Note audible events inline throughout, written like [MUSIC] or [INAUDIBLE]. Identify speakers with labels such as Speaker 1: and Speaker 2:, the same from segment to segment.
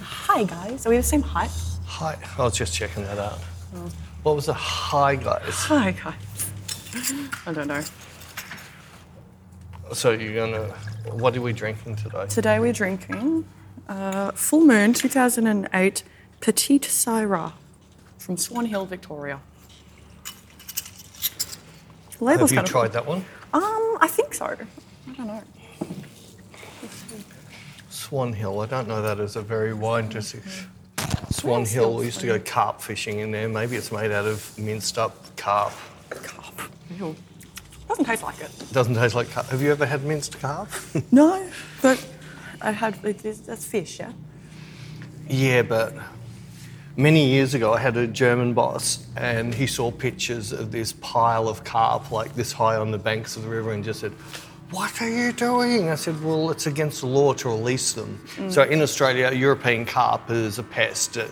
Speaker 1: Hi, guys. Are we the same height?
Speaker 2: Hi. I was just checking that out. What was the hi guys?
Speaker 1: Hi, guys. I don't know.
Speaker 2: So you're gonna. What are we drinking today?
Speaker 1: Today we're drinking uh, Full Moon 2008 Petite Syrah from Swan Hill, Victoria. The label's
Speaker 2: Have you
Speaker 1: kind of
Speaker 2: tried that one?
Speaker 1: cool. Um, I think so. I don't know.
Speaker 2: Swan Hill. I don't know that as a very wide district. Swan Hill. We used to go carp fishing in there. Maybe it's made out of minced up carp.
Speaker 1: Carp. Ew. Doesn't taste like it.
Speaker 2: Doesn't taste like carp. Have you ever had minced carp?
Speaker 1: No, but I had it is, that's fish, yeah.
Speaker 2: Yeah, but many years ago, I had a German boss, and he saw pictures of this pile of carp, like this high on the banks of the river, and just said, "What are you doing?" I said, "Well, it's against the law to release them." So in Australia, European carp is a pest. Uh,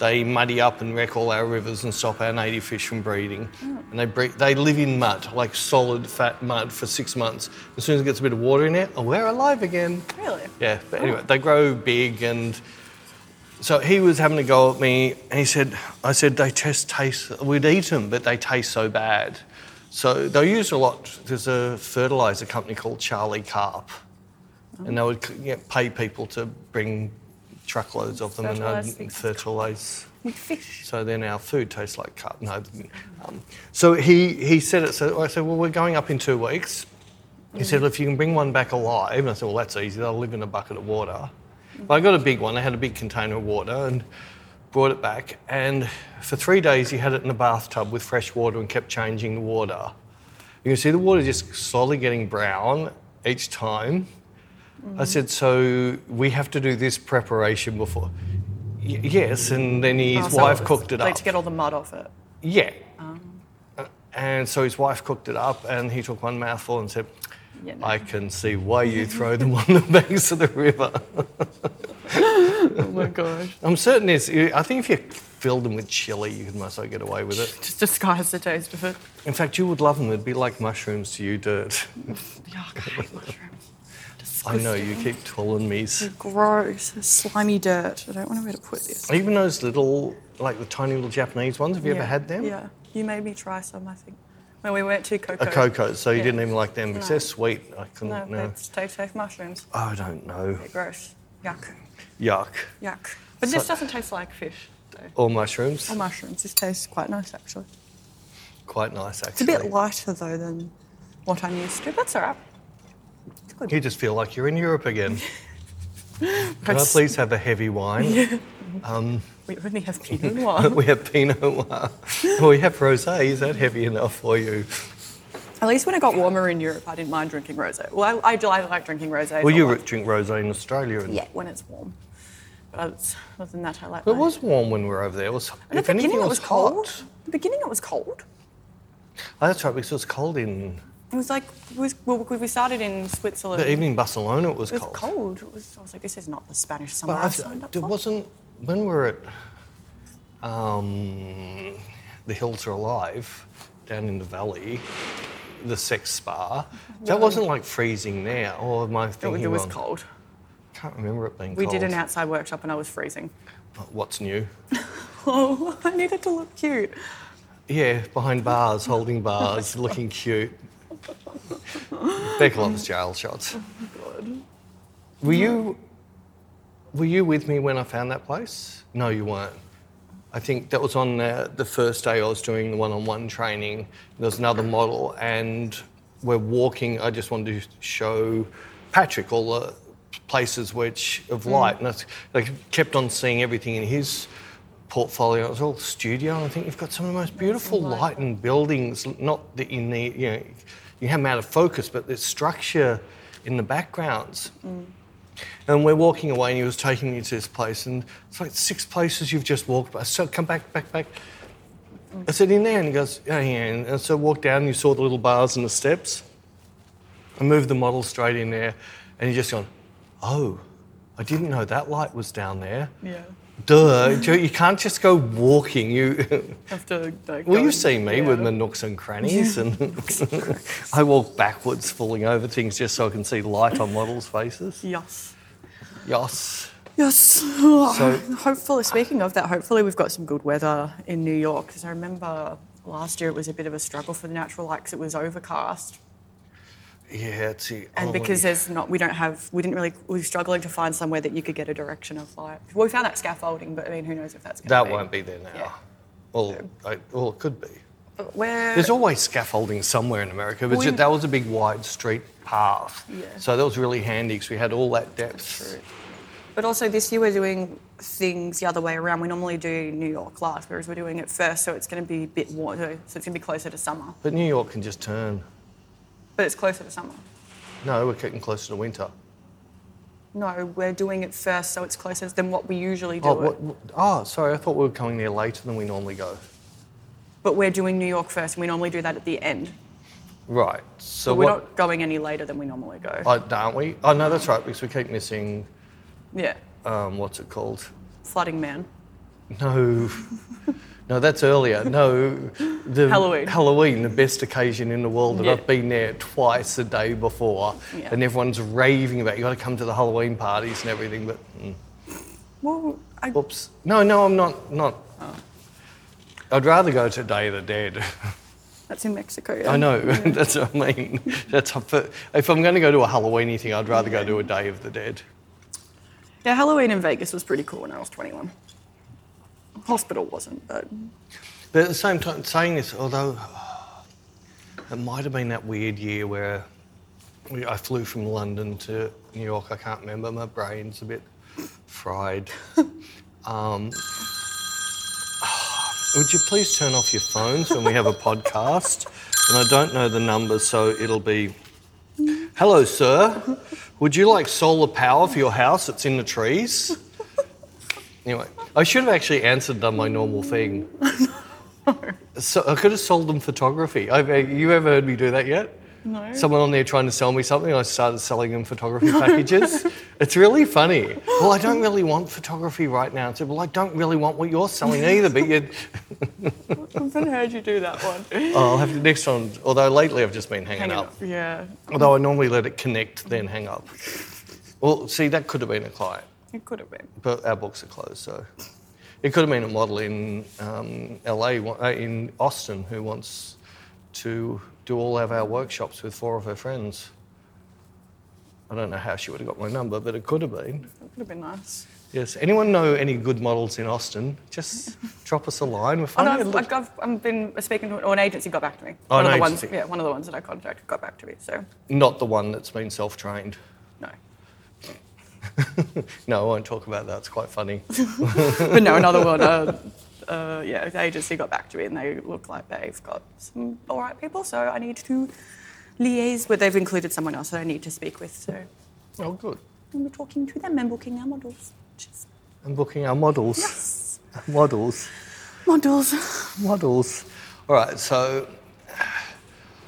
Speaker 2: They muddy up and wreck all our rivers and stop our native fish from breeding. And they breed, they live in mud, like solid fat mud, for six months. As soon as it gets a bit of water in it, oh, we're alive again.
Speaker 1: Really?
Speaker 2: Yeah, but anyway, they grow big and so he was having a go at me and he said, I said, they just taste, we'd eat them, but they taste so bad. So they use a lot, there's a fertilizer company called Charlie Carp and they would yeah, pay people to bring truckloads of them
Speaker 1: Fertilise
Speaker 2: and they'd
Speaker 1: things.
Speaker 2: fertilize.
Speaker 1: With fish.
Speaker 2: So then our food tastes like carp. No. Um, so he, he said it. So I said, well, we're going up in two weeks. He said, well, if you can bring one back alive. And I said, well, that's easy. They'll live in a bucket of water. But I got a big one. I had a big container of water and brought it back. And for three days, he had it in a bathtub with fresh water and kept changing the water. You can see the water just slowly getting brown each time. I said, so we have to do this preparation before. Y- yes, and then his
Speaker 1: Oh, so Oh.
Speaker 2: wife
Speaker 1: it's
Speaker 2: cooked it
Speaker 1: like
Speaker 2: up.
Speaker 1: to get all the mud off it.
Speaker 2: Yeah. Uh, And so his wife cooked it up, and he took one mouthful and said,
Speaker 1: Yeah, no.
Speaker 2: I can see why you throw them [LAUGHS] on the banks of the river.
Speaker 1: Oh my gosh.
Speaker 2: I'm certain it's, I think if you filled them with chili, you could most likely get away with it.
Speaker 1: Just disguise the taste of it.
Speaker 2: In fact, you would love them. It'd be like mushrooms to you, dirt.
Speaker 1: Yuck, I hate mushrooms.
Speaker 2: I know, you keep telling me.
Speaker 1: Gross, slimy dirt. I don't want to be able to put this.
Speaker 2: Even those little, like the tiny little Japanese ones, have you ever had them?
Speaker 1: Yeah. You made me try some, I think. When we went to Coco.
Speaker 2: A cocoa, so you
Speaker 1: Yeah.
Speaker 2: didn't even like them because
Speaker 1: No.
Speaker 2: they're sweet. I couldn't,
Speaker 1: No,
Speaker 2: no.
Speaker 1: it's taste like mushrooms.
Speaker 2: I don't know.
Speaker 1: Gross. Yuck.
Speaker 2: Yuck.
Speaker 1: Yuck. But this doesn't taste like fish, though.
Speaker 2: Or mushrooms.
Speaker 1: Or mushrooms. This tastes quite nice, actually.
Speaker 2: Quite nice, actually.
Speaker 1: It's a bit lighter, though, than what I'm used to. That's all right. It's good.
Speaker 2: You just feel like you're in
Speaker 1: [LAUGHS]
Speaker 2: Europe again. Can I
Speaker 1: That's-
Speaker 2: please have a
Speaker 1: [LAUGHS]
Speaker 2: heavy wine?
Speaker 1: We only have Pinot Noir.
Speaker 2: [LAUGHS] We have Pinot Noir. we have rosé. Is that heavy enough for you?
Speaker 1: At least when it got warmer in Europe, I didn't mind drinking rosé. Well, I, I, do- I like drinking rosé.
Speaker 2: Well,
Speaker 1: but
Speaker 2: you
Speaker 1: like-
Speaker 2: drink rosé in Australia. And
Speaker 1: Yeah, when it's warm. But it's- other than that, I like.
Speaker 2: It
Speaker 1: my-
Speaker 2: was warm when we were over there. It was,
Speaker 1: At the
Speaker 2: if anything,
Speaker 1: beginning,
Speaker 2: it
Speaker 1: it
Speaker 2: was
Speaker 1: cold.
Speaker 2: hot.
Speaker 1: At the beginning, it was cold.
Speaker 2: Oh, that's right, because it was cold in
Speaker 1: It was like it was, well, we we started in Switzerland.
Speaker 2: even in Barcelona. It was,
Speaker 1: Oh, it was cold. It was, I was like, this is not the Spanish summer
Speaker 2: But
Speaker 1: I signed
Speaker 2: I've,
Speaker 1: up
Speaker 2: there
Speaker 1: for.
Speaker 2: wasn't when we were at um, the hills are alive down in the valley, the sex spa. That wasn't like freezing Oh, now. Or am I
Speaker 1: it was,
Speaker 2: thinking
Speaker 1: it was
Speaker 2: wrong?
Speaker 1: cold.
Speaker 2: Can't remember it being
Speaker 1: We
Speaker 2: cold.
Speaker 1: did an outside workshop and I was freezing. [LAUGHS]
Speaker 2: But What's new?
Speaker 1: Oh, I needed to look cute.
Speaker 2: Yeah, behind bars, holding
Speaker 1: [LAUGHS]
Speaker 2: bars, looking cute. Beck loves jail shots.
Speaker 1: Oh, God.
Speaker 2: Were you were you with me when I found that place? No, you weren't. I think that was on uh, the, the first day I was doing the one-on-one training. There was another model, and we're walking. I just wanted to show Patrick all the places which of light, and that's, I kept on seeing everything in his portfolio. It was all studio, and I think you've got some of the most beautiful light and buildings. Not that you need, you know, you have them out of focus, but there's structure in the backgrounds. And we're walking away, and he was taking me to this place, and it's like six places you've just walked by. So come back, back, back. I said, in there, and he goes, yeah, yeah. And so I walked down, and you saw the little bars and the steps. I moved the model straight in there, and he just gone, oh, I didn't know that light was down there.
Speaker 1: Yeah.
Speaker 2: Duh, Joe, you can't just go walking. You, [LAUGHS]
Speaker 1: After like,
Speaker 2: well,
Speaker 1: going-
Speaker 2: you see me with
Speaker 1: yeah.
Speaker 2: my nooks and crannies, and [LAUGHS] I walk backwards, falling over things just so I can see light on models' faces.
Speaker 1: Yes.
Speaker 2: Yes.
Speaker 1: Yes.
Speaker 2: So-
Speaker 1: [LAUGHS] hopefully, speaking of that, hopefully we've got some good weather in New York because I remember last year it was a bit of a struggle for the natural lights. It was overcast,
Speaker 2: Oh, Yeah, it's the
Speaker 1: and
Speaker 2: only-
Speaker 1: because there's not, we don't have, we didn't really, we were struggling to find somewhere that you could get a direction of light. Well, we found that scaffolding, but I mean, who knows if that's going
Speaker 2: that
Speaker 1: be.
Speaker 2: won't be there now.
Speaker 1: Yeah.
Speaker 2: Well, I, well, it could be.
Speaker 1: But where
Speaker 2: There's always scaffolding somewhere in America, but
Speaker 1: We-
Speaker 2: that was a big wide street path.
Speaker 1: Yeah.
Speaker 2: So that was really handy because we had all that depth.
Speaker 1: True. But also this year we're doing things the other way around. We normally do New York last, whereas we're doing it first, so it's going to be a bit warmer. So it's going to be closer to summer,
Speaker 2: But New York can just turn.
Speaker 1: but it's closer to summer.
Speaker 2: No, we're getting closer to winter.
Speaker 1: No, we're doing it first, so it's closer than what we usually do.
Speaker 2: Oh,
Speaker 1: it.
Speaker 2: what, oh, sorry, I thought we were coming there later than we normally go.
Speaker 1: But we're doing New York first, and we normally do that at the end.
Speaker 2: Right. So
Speaker 1: But we're
Speaker 2: what?
Speaker 1: not going any later than we normally go.
Speaker 2: oh, aren't we? Oh, no, that's right, because we keep missing.
Speaker 1: yeah,
Speaker 2: Um, what's it called?
Speaker 1: flooding man.
Speaker 2: No. No, that's earlier. No, the
Speaker 1: Halloween.
Speaker 2: Halloween, the best occasion in the world that
Speaker 1: Yeah.
Speaker 2: I've been there twice a day before,
Speaker 1: Yeah.
Speaker 2: and everyone's raving about. You got to come to the Halloween parties and everything, but mm,
Speaker 1: Well, I,
Speaker 2: oops. No, no, I'm not. Not.
Speaker 1: Oh.
Speaker 2: I'd rather go to Day of the Dead. [LAUGHS]
Speaker 1: that's in Mexico. Yeah.
Speaker 2: I know. [LAUGHS] that's what I mean. That's a fir- if I'm going to go to a Halloweeny thing, I'd rather go to a Day of the Dead.
Speaker 1: Yeah, Halloween in Vegas was pretty cool when I was 21. Hospital wasn't, but
Speaker 2: But at the same time, saying this, although [SIGHS] it might have been that weird year where we, I flew from London to New York, I can't remember, my brain's a bit fried. um, [SIGHS] would you please turn off your phones when we have a podcast? And I don't know the number, so it'll be. Hello, sir. Would you like solar power for your house? It's in the trees. Anyway, I should have actually answered them my normal thing. So I could have sold them photography. I've, uh, you ever heard me do that yet?
Speaker 1: No.
Speaker 2: Someone on there trying to sell me something, I started selling them
Speaker 1: [LAUGHS]
Speaker 2: photography packages. It's really funny. Well, I don't really want photography right now. I said, well, I don't really want what you're selling either, but
Speaker 1: [LAUGHS]
Speaker 2: you,
Speaker 1: I've never heard you do that
Speaker 2: [LAUGHS]
Speaker 1: one.
Speaker 2: I'll have the next one. Although lately I've just been hanging,
Speaker 1: Hang
Speaker 2: up.
Speaker 1: up. Yeah,
Speaker 2: Although I normally let it connect, then hang up. Well, see, that could have been a client,
Speaker 1: it could have been.
Speaker 2: but our books are closed, so. It could have been a model in um, LA, wa- uh, in Austin, who wants to do all of our workshops with four of her friends. I don't know how she would have got my number, but it could have been.
Speaker 1: It could have been nice.
Speaker 2: Yes. Anyone know any good models in Austin? Just drop us a line. We're
Speaker 1: Oh, no,
Speaker 2: finding
Speaker 1: I've, I've, got- I've been speaking to or an agency got back to me.
Speaker 2: Oh,
Speaker 1: One
Speaker 2: an
Speaker 1: of the ones,
Speaker 2: agency.
Speaker 1: yeah, one of the ones that I contacted got back to me. So
Speaker 2: not the one that's been self-trained.
Speaker 1: no,
Speaker 2: No, I won't talk about that. It's
Speaker 1: [LAUGHS]
Speaker 2: quite funny.
Speaker 1: but no, another one. Uh, uh, yeah, the agency got back to me, and they look like they've got some all right people. So I need to liaise, but they've included someone else that I need to speak with. So
Speaker 2: oh, good.
Speaker 1: we're talking to them and booking our models. Which is-
Speaker 2: And booking our models.
Speaker 1: Yes.
Speaker 2: Models.
Speaker 1: Models.
Speaker 2: Models. All right, so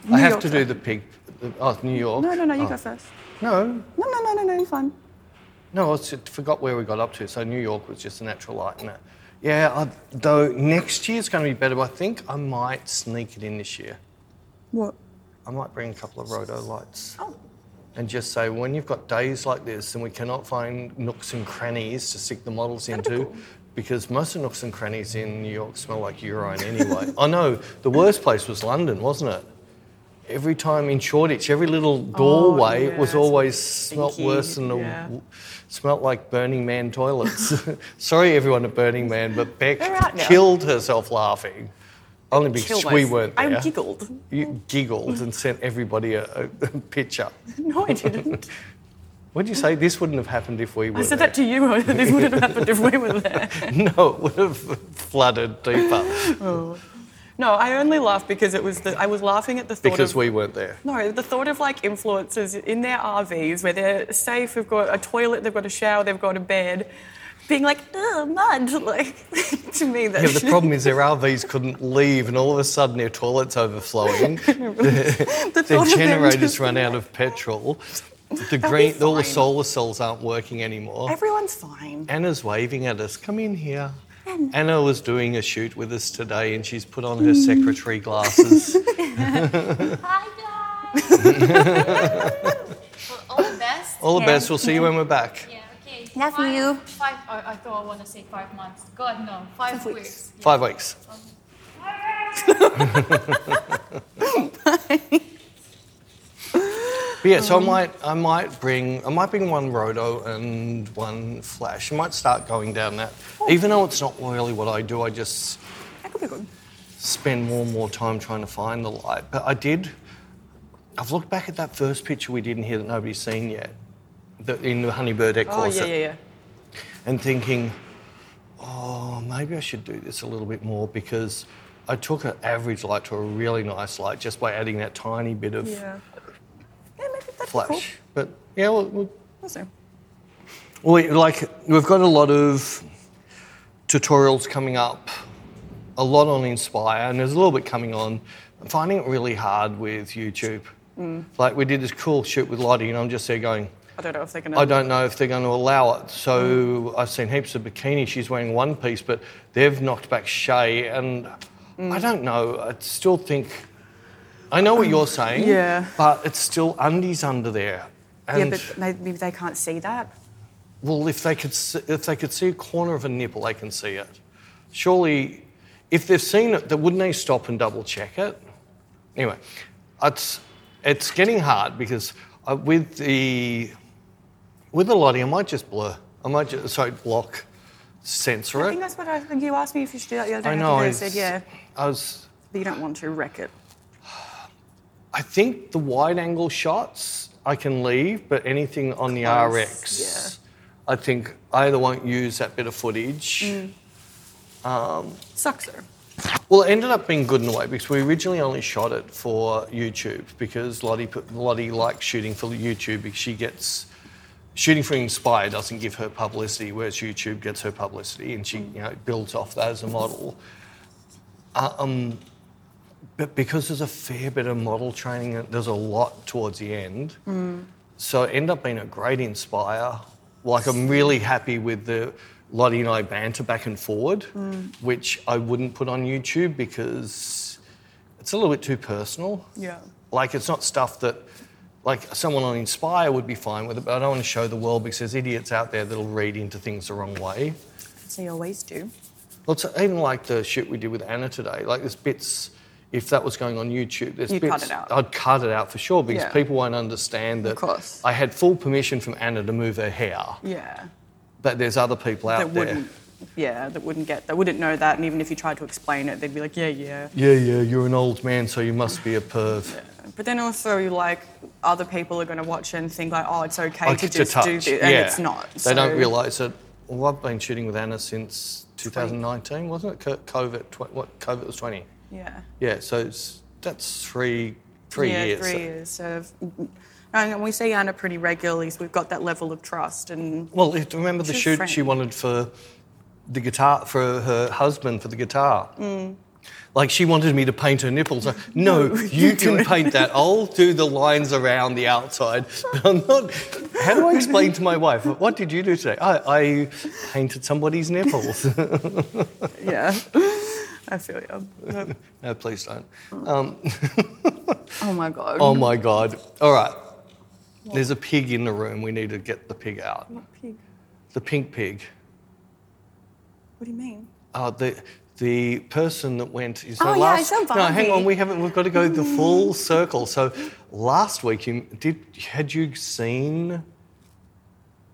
Speaker 1: New
Speaker 2: I have
Speaker 1: York
Speaker 2: to do the pig. the- Oh, New York.
Speaker 1: No, no, no. You
Speaker 2: Oh,
Speaker 1: go first.
Speaker 2: No,
Speaker 1: No, no, no, no, no. You're fine.
Speaker 2: no, I s- forgot where we got up to. So New York was just a natural light in it. Yeah, I, though next year's going to be better, but I think I might sneak it in this year.
Speaker 1: What?
Speaker 2: I might bring a couple of roto lights.
Speaker 1: Oh,
Speaker 2: and just say when you've got days like this and we cannot find nooks and crannies to stick the models
Speaker 1: be
Speaker 2: into
Speaker 1: cool.
Speaker 2: because most of the nooks and crannies in New York smell like urine anyway. [LAUGHS] I know the worst place was London, wasn't it? Every time in Shoreditch, every little doorway
Speaker 1: yeah,
Speaker 2: was
Speaker 1: it's
Speaker 2: always
Speaker 1: Oh,
Speaker 2: smelt
Speaker 1: stinky,
Speaker 2: worse than the
Speaker 1: yeah.
Speaker 2: smelt like Burning Man toilets. [LAUGHS] Sorry, everyone at Burning Man, but Beck
Speaker 1: They're out now.
Speaker 2: killed herself laughing. Only because
Speaker 1: kill
Speaker 2: we
Speaker 1: myself.
Speaker 2: weren't there.
Speaker 1: I giggled. [LAUGHS]
Speaker 2: You giggled and sent everybody a, a picture.
Speaker 1: No, I didn't.
Speaker 2: What did you say? This wouldn't have happened if [LAUGHS] we were.
Speaker 1: I said
Speaker 2: there.
Speaker 1: that to you. [LAUGHS] This would have happened if we were
Speaker 2: [LAUGHS]
Speaker 1: there.
Speaker 2: No, it would have flooded
Speaker 1: [LAUGHS]
Speaker 2: deeper
Speaker 1: No, I only laugh because it was the, I was laughing at the thought
Speaker 2: because
Speaker 1: of
Speaker 2: we weren't there.
Speaker 1: no, the thought of like influencers in their RVs where they're safe, they've got a toilet, they've got a shower, they've got a bed, being like, ugh, mud. [LAUGHS] Like to me,
Speaker 2: Yeah,
Speaker 1: that's
Speaker 2: the problem is their RVs couldn't leave, and all of a sudden their
Speaker 1: [LAUGHS]
Speaker 2: toilet's
Speaker 1: [LAUGHS]
Speaker 2: overflowing.
Speaker 1: the
Speaker 2: Their
Speaker 1: thought of them
Speaker 2: generators
Speaker 1: just-
Speaker 2: run out of petrol. The
Speaker 1: be
Speaker 2: green, all the
Speaker 1: fine.
Speaker 2: solar cells aren't working anymore.
Speaker 1: Everyone's fine.
Speaker 2: Anna's waving at us. Come in here. Anna was doing a shoot with us today, and she's put on her
Speaker 1: Mm.
Speaker 2: secretary
Speaker 1: [LAUGHS]
Speaker 2: glasses.
Speaker 3: Hi guys. well, all the best.
Speaker 2: All the
Speaker 3: Yeah.
Speaker 2: best. We'll see you when we're back.
Speaker 3: Yeah. Okay.
Speaker 4: Love
Speaker 5: five,
Speaker 4: you.
Speaker 5: Five. I, I thought I want to say five months. God no. Five,
Speaker 4: Five
Speaker 5: weeks.
Speaker 4: weeks.
Speaker 5: Yeah.
Speaker 2: Five
Speaker 1: [LAUGHS]
Speaker 2: weeks. But yeah,
Speaker 1: Um,
Speaker 2: so I might, I might bring, I might bring one roto and one flash. I might start going down that, even though it's not really what I do. I just
Speaker 1: That could be good.
Speaker 2: spend more and more time trying to find the light. But I did. I've looked back at that first picture we did in here that nobody's seen yet, the, in the Honeybird Egg
Speaker 1: Oh,
Speaker 2: Corset,
Speaker 1: yeah, yeah, yeah.
Speaker 2: and thinking, oh, maybe I should do this a little bit more because I took an average light to a really nice light just by adding that tiny bit of
Speaker 1: Yeah. Yeah, maybe that's
Speaker 2: flash.
Speaker 1: cool.
Speaker 2: But yeah, we'll, we'll
Speaker 1: Also,
Speaker 2: Well, we- like we've got a lot of tutorials coming up, a lot on Inspire, and there's a little bit coming on. I'm finding it really hard with YouTube.
Speaker 1: Mm.
Speaker 2: Like we did this cool shoot with Lottie, and I'm just there going,
Speaker 1: I don't know if they're gonna.
Speaker 2: I don't know if they're going to allow it. So
Speaker 1: Hmm.
Speaker 2: I've seen heaps of bikini. She's wearing one piece, but they've knocked back Shay, and
Speaker 1: Hmm.
Speaker 2: I don't know. I still think I know what you're saying.
Speaker 1: yeah.
Speaker 2: But it's still undies under there.
Speaker 1: Yeah,
Speaker 2: And
Speaker 1: but maybe they can't see that.
Speaker 2: well, if they could, see, if they could see a corner of a nipple, they can see it. Surely, if they've seen it, then wouldn't they stop and double check it? Anyway, it's it's getting hard because uh, with the with the lottie, I might just blur. I might just sorry block, censor
Speaker 1: I think
Speaker 2: it.
Speaker 1: that's what I think you asked me if you should do that the other day.
Speaker 2: I
Speaker 1: and
Speaker 2: know.
Speaker 1: think I said
Speaker 2: it's-
Speaker 1: yeah,
Speaker 2: I was.
Speaker 1: but you don't want to wreck it.
Speaker 2: I think the wide angle shots I can leave, but anything on the
Speaker 1: Close,
Speaker 2: RX, I think I either won't use that bit of footage.
Speaker 1: Mm. Sucks though.
Speaker 2: Well, it ended up being good in a way because we originally only shot it for YouTube because Lottie, put, Lottie likes shooting for YouTube because she gets shooting for Inspire doesn't give her publicity, whereas YouTube gets her publicity, and she you know builds off that as a model. Um, but because there's a fair bit of model training, there's a lot towards the end. So it ended up being a great inspire. Like I'm really happy with the Lottie and I banter back and forward, which I wouldn't put on YouTube because it's a little bit too personal.
Speaker 1: Yeah.
Speaker 2: Like it's not stuff that like someone on Inspire would be fine with it, but I don't want to show the world because there's idiots out there that'll read into things the wrong way.
Speaker 1: So you always do.
Speaker 2: Well, it's even like the shit we did with Anna today, like there's bits. If that was going on YouTube, there's
Speaker 1: You'd
Speaker 2: bits
Speaker 1: cut it out.
Speaker 2: I'd cut it out for sure because
Speaker 1: Yeah.
Speaker 2: people won't understand that.
Speaker 1: course.
Speaker 2: I had full permission from Anna to move her hair,
Speaker 1: Yeah.
Speaker 2: but there's other people out
Speaker 1: that
Speaker 2: there.
Speaker 1: wouldn't. Yeah, that wouldn't get. That wouldn't know that. And even if you tried to explain it, they'd be like, yeah, yeah.
Speaker 2: Yeah, yeah, you're an old man, so you must be a perv.
Speaker 1: But then also, like, other people are going to watch and think like, oh, it's okay
Speaker 2: I
Speaker 1: to
Speaker 2: get
Speaker 1: just
Speaker 2: touch.
Speaker 1: do this,
Speaker 2: yeah.
Speaker 1: and it's not.
Speaker 2: They
Speaker 1: so-
Speaker 2: don't realise that. Well, I've been shooting with Anna since 2019, wasn't it? Co- COVID, tw- what? COVID was 20.
Speaker 1: Yeah.
Speaker 2: Yeah, so it's, that's three, three
Speaker 1: yeah,
Speaker 2: years.
Speaker 1: Three years. Of, and we see Anna pretty regularly, so we've got that level of trust. And
Speaker 2: Well, if, remember the
Speaker 1: She's
Speaker 2: shoot she
Speaker 1: French.
Speaker 2: wanted for the guitar for her husband for the guitar. Like she wanted me to paint her nipples. I- Mm. No, you can paint that. I'll do the lines around the outside, [LAUGHS] but I'm not. How do I explain to my wife? What did you do today? I, I painted somebody's nipples. [LAUGHS]
Speaker 1: yeah, [LAUGHS] I feel you. Nope.
Speaker 2: no, please don't.
Speaker 1: Oh my god.
Speaker 2: Oh my god! All right, there's a pig in the room. We need to get the pig out.
Speaker 1: Pig.
Speaker 2: The pink pig.
Speaker 1: What do you mean?
Speaker 2: Uh, the the person that went is
Speaker 4: Oh,
Speaker 2: that
Speaker 4: yeah, I
Speaker 2: last.
Speaker 4: saw
Speaker 2: no, hang
Speaker 4: Barbie.
Speaker 2: on. We haven't. We've got to go the
Speaker 1: [LAUGHS]
Speaker 2: full circle. So last week, you did. Had you seen?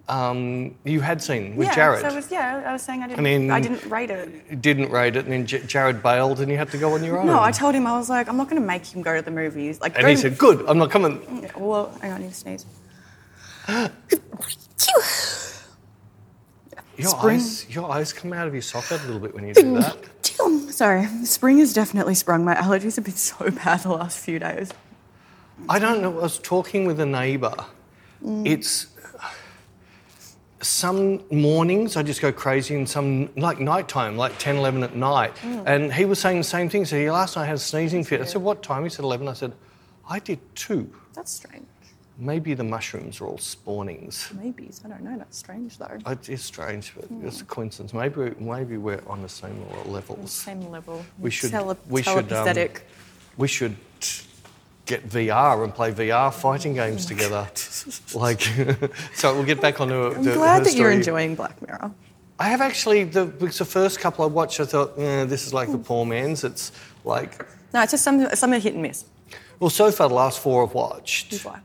Speaker 2: Um, you had seen with
Speaker 1: yeah,
Speaker 2: Jared.
Speaker 1: So it was, yeah, I was saying I didn't.
Speaker 2: mean-
Speaker 1: I didn't rate it.
Speaker 2: You didn't rate it, and then J- Jared bailed, and you had to go on your own.
Speaker 1: No, I told him I was like, I'm not going to make him go to the movies. Like,
Speaker 2: hmm. and
Speaker 1: go
Speaker 2: he
Speaker 1: to-
Speaker 2: said, "Good, I'm not coming."
Speaker 1: Yeah, Well, hang on, I need to sneeze. [GASPS]
Speaker 2: Your
Speaker 1: Spring.
Speaker 2: eyes, your eyes come out of your socket a little bit when you
Speaker 1: [LAUGHS]
Speaker 2: do that.
Speaker 1: Sorry, spring has definitely sprung. My allergies have been so [LAUGHS] bad the last few days.
Speaker 2: I don't know. I was talking with a neighbour. It's some mornings I just go crazy, and some like nighttime, like 10, 11 at night. And he was saying the same thing. So he last night I had a sneezing fit. I said, "What time?" He said, 11. I said, "I did two.
Speaker 1: That's strange.
Speaker 2: Maybe the mushrooms are all spawnings."
Speaker 1: Maybe I don't know. That's strange though.
Speaker 2: It is strange, but it's a coincidence. Maybe we- maybe we're on the same levels.
Speaker 1: Same level.
Speaker 2: We should.
Speaker 1: Tele-
Speaker 2: we should. um,
Speaker 1: telepathetic.
Speaker 2: we should t- get VR and play VR fighting games together. like, [LAUGHS] so we'll get back onto
Speaker 1: I'm
Speaker 2: the, her
Speaker 1: glad that you're
Speaker 2: story.
Speaker 1: enjoying Black Mirror.
Speaker 2: I have actually the because the first couple I watched, I thought, eh, this is like
Speaker 1: Hmm.
Speaker 2: the poor man's. It's like,
Speaker 1: No, it's just some some are hit and miss.
Speaker 2: well, so far the last four I've watched.
Speaker 1: It's like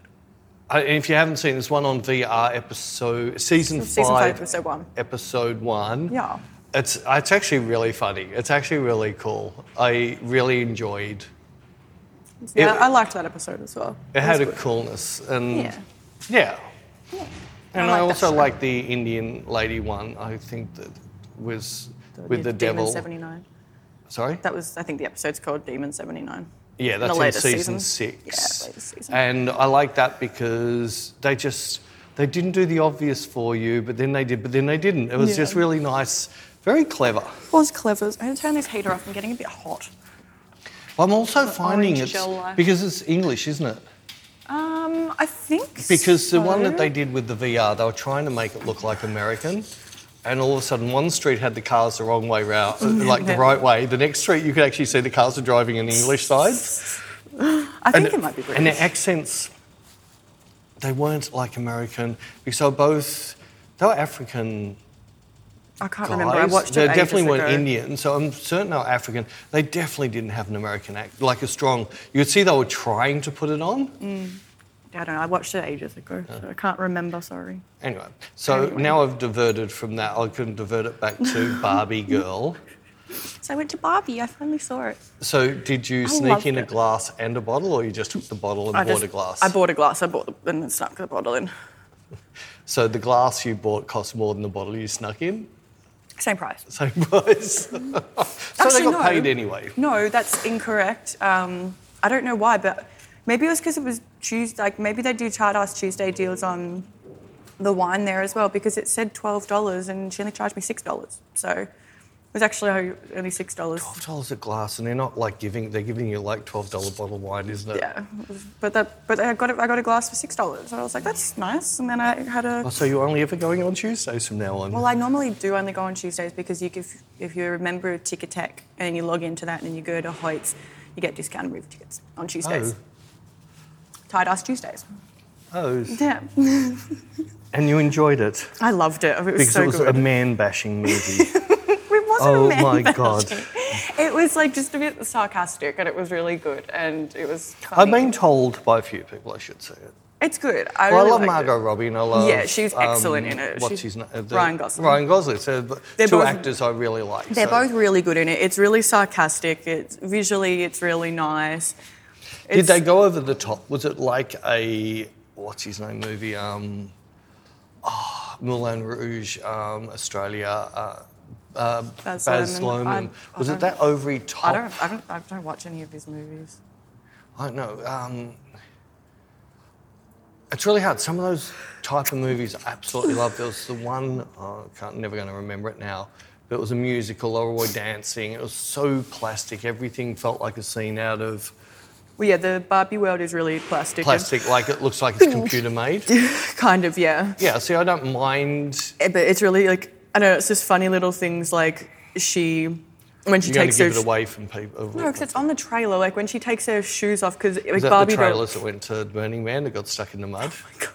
Speaker 2: I, if you haven't seen, there's one on VR episode season five,
Speaker 1: Season five, episode one.
Speaker 2: episode one.
Speaker 1: Yeah.
Speaker 2: it's it's actually really funny. It's actually really cool. I really enjoyed.
Speaker 1: Yeah,
Speaker 2: It-
Speaker 1: I liked that episode as well.
Speaker 2: It
Speaker 1: was
Speaker 2: had a
Speaker 1: good.
Speaker 2: coolness and
Speaker 1: Yeah.
Speaker 2: yeah. And
Speaker 1: I like
Speaker 2: I,
Speaker 1: that
Speaker 2: also
Speaker 1: show.
Speaker 2: like the Indian lady one. I think that was with the
Speaker 1: Demon
Speaker 2: devil.
Speaker 1: seventy nine.
Speaker 2: Sorry.
Speaker 1: That was I think the episode's called Demon seventy nine.
Speaker 2: Yeah, that's
Speaker 1: the
Speaker 2: in,
Speaker 1: latest season.
Speaker 2: season, six.
Speaker 1: Yeah, latest season.
Speaker 2: And I like that because they just they didn't do the obvious for you, but then they did, but then they didn't. It was
Speaker 1: Yeah.
Speaker 2: just really nice, very clever.
Speaker 1: Was clever. I'm gonna turn this heater off. I'm getting a bit hot.
Speaker 2: I'm also finding
Speaker 1: orange
Speaker 2: it's
Speaker 1: shell life.
Speaker 2: because it's English, isn't it?
Speaker 1: Um, I think
Speaker 2: Because the one that
Speaker 1: so.
Speaker 2: they did with the VR, they were trying to make it look like American. And all of a sudden, one street had the cars the wrong way round, uh, like the right way. The next street, you could actually see the cars are driving in the English side.
Speaker 1: I think
Speaker 2: and,
Speaker 1: it might be British.
Speaker 2: And their accents, they weren't like American because they were both, they were African
Speaker 1: I can't
Speaker 2: guys.
Speaker 1: remember. I watched
Speaker 2: they
Speaker 1: it. ages
Speaker 2: definitely weren't
Speaker 1: ago.
Speaker 2: Indian, so I'm certain they were African. They definitely didn't have an American act, like a strong. You could see they were trying to put it on.
Speaker 1: I don't know. I watched it ages ago, so I can't remember. Sorry.
Speaker 2: Anyway, so
Speaker 1: Anyway.
Speaker 2: now I've diverted from that. I can divert it
Speaker 1: [LAUGHS]
Speaker 2: back to Barbie Girl.
Speaker 1: So I went to Barbie. I finally saw it.
Speaker 2: So did you sneak
Speaker 1: loved
Speaker 2: in a
Speaker 1: it.
Speaker 2: glass and a bottle, or you just took the bottle and
Speaker 1: I
Speaker 2: bought
Speaker 1: just-
Speaker 2: a glass?
Speaker 1: I bought a glass. I bought the, and then snuck the bottle in.
Speaker 2: so the glass you bought cost more than the bottle you snuck in. [LAUGHS]
Speaker 1: Same price.
Speaker 2: Same price. [LAUGHS] so they
Speaker 1: Actually,
Speaker 2: got
Speaker 1: no.
Speaker 2: paid anyway.
Speaker 1: No, that's incorrect. Um, I don't know why, but maybe it was because it was Tuesday. Like maybe they do Tart Ass Tuesday deals on the wine there as well because it said twelve dollars and she only charged me six dollars. So it was actually only six dollars.
Speaker 2: Twelve dollars a glass, and they're not like giving. They're giving you like twelve dollar bottle of wine, isn't it?
Speaker 1: Yeah, it was- but that but I got it, I got a glass for six dollars and I was like that's nice. And then I had
Speaker 2: Oh,
Speaker 1: a
Speaker 2: so you're only ever going on Tuesdays from now on.
Speaker 1: well I normally do only go on Tuesdays because you give if you're a member of Ticket Tech and you log into that and you go to Hoyts, you get discounted movie tickets on Tuesdays.
Speaker 2: oh,
Speaker 1: Tired ass Tuesdays.
Speaker 2: oh,
Speaker 1: Yeah.
Speaker 2: and you enjoyed it
Speaker 1: I loved it. It was
Speaker 2: because
Speaker 1: so
Speaker 2: it was
Speaker 1: good.
Speaker 2: a man
Speaker 1: [LAUGHS]
Speaker 2: bashing movie.
Speaker 1: it wasn't
Speaker 2: oh
Speaker 1: a man
Speaker 2: my
Speaker 1: bashing.
Speaker 2: God.
Speaker 1: It was like just a bit sarcastic, and it was really good, and it was.
Speaker 2: I've
Speaker 1: Funny.
Speaker 2: been told by a few people I should say it.
Speaker 1: it's good. I,
Speaker 2: Well,
Speaker 1: really
Speaker 2: I love
Speaker 1: liked
Speaker 2: Margot
Speaker 1: It.
Speaker 2: Robbie and I love. um,
Speaker 1: Yeah, she's excellent in it.
Speaker 2: What's
Speaker 1: She's-
Speaker 2: his name?
Speaker 1: Ryan Gosling.
Speaker 2: uh, Ryan Gosling. So the
Speaker 1: They're
Speaker 2: two
Speaker 1: both-
Speaker 2: actors I really like.
Speaker 1: They're
Speaker 2: so-
Speaker 1: both really good in it. It's really sarcastic. It's visually, it's really nice.
Speaker 2: Did
Speaker 1: It's-
Speaker 2: they go over the top? Was it like a what's his name movie? Um, oh, Moulin Rouge, um, Australia. Uh, uh,
Speaker 1: Baz
Speaker 2: Baz
Speaker 1: Luhrmann.
Speaker 2: Luhrmann.
Speaker 1: I- I
Speaker 2: Was it
Speaker 1: don't-
Speaker 2: that over the top?
Speaker 1: I don't. I don't. I don't watch any of his movies.
Speaker 2: I don't know. Um, it's really hard. Some of those type of movies I absolutely love. There was the one, oh, I can't, never going to remember it now, but it was a musical, they were all dancing. It was so plastic. Everything felt like a scene out of
Speaker 1: Well, yeah, the Barbie world is really plastic. and-
Speaker 2: plastic, like it looks like it's computer [LAUGHS] made.
Speaker 1: [LAUGHS] kind of, yeah.
Speaker 2: Yeah, see, I don't mind.
Speaker 1: Eh, But it's really like I don't know. It's just funny little things like she when she
Speaker 2: You're going to
Speaker 1: takes
Speaker 2: give
Speaker 1: her
Speaker 2: it away from people.
Speaker 1: No, because it's on the trailer. Like when she takes her shoes off, because like
Speaker 2: Was that
Speaker 1: Barbie
Speaker 2: the
Speaker 1: doll- [LAUGHS]
Speaker 2: trailers that went to Burning Man that got stuck in the mud? Oh my god.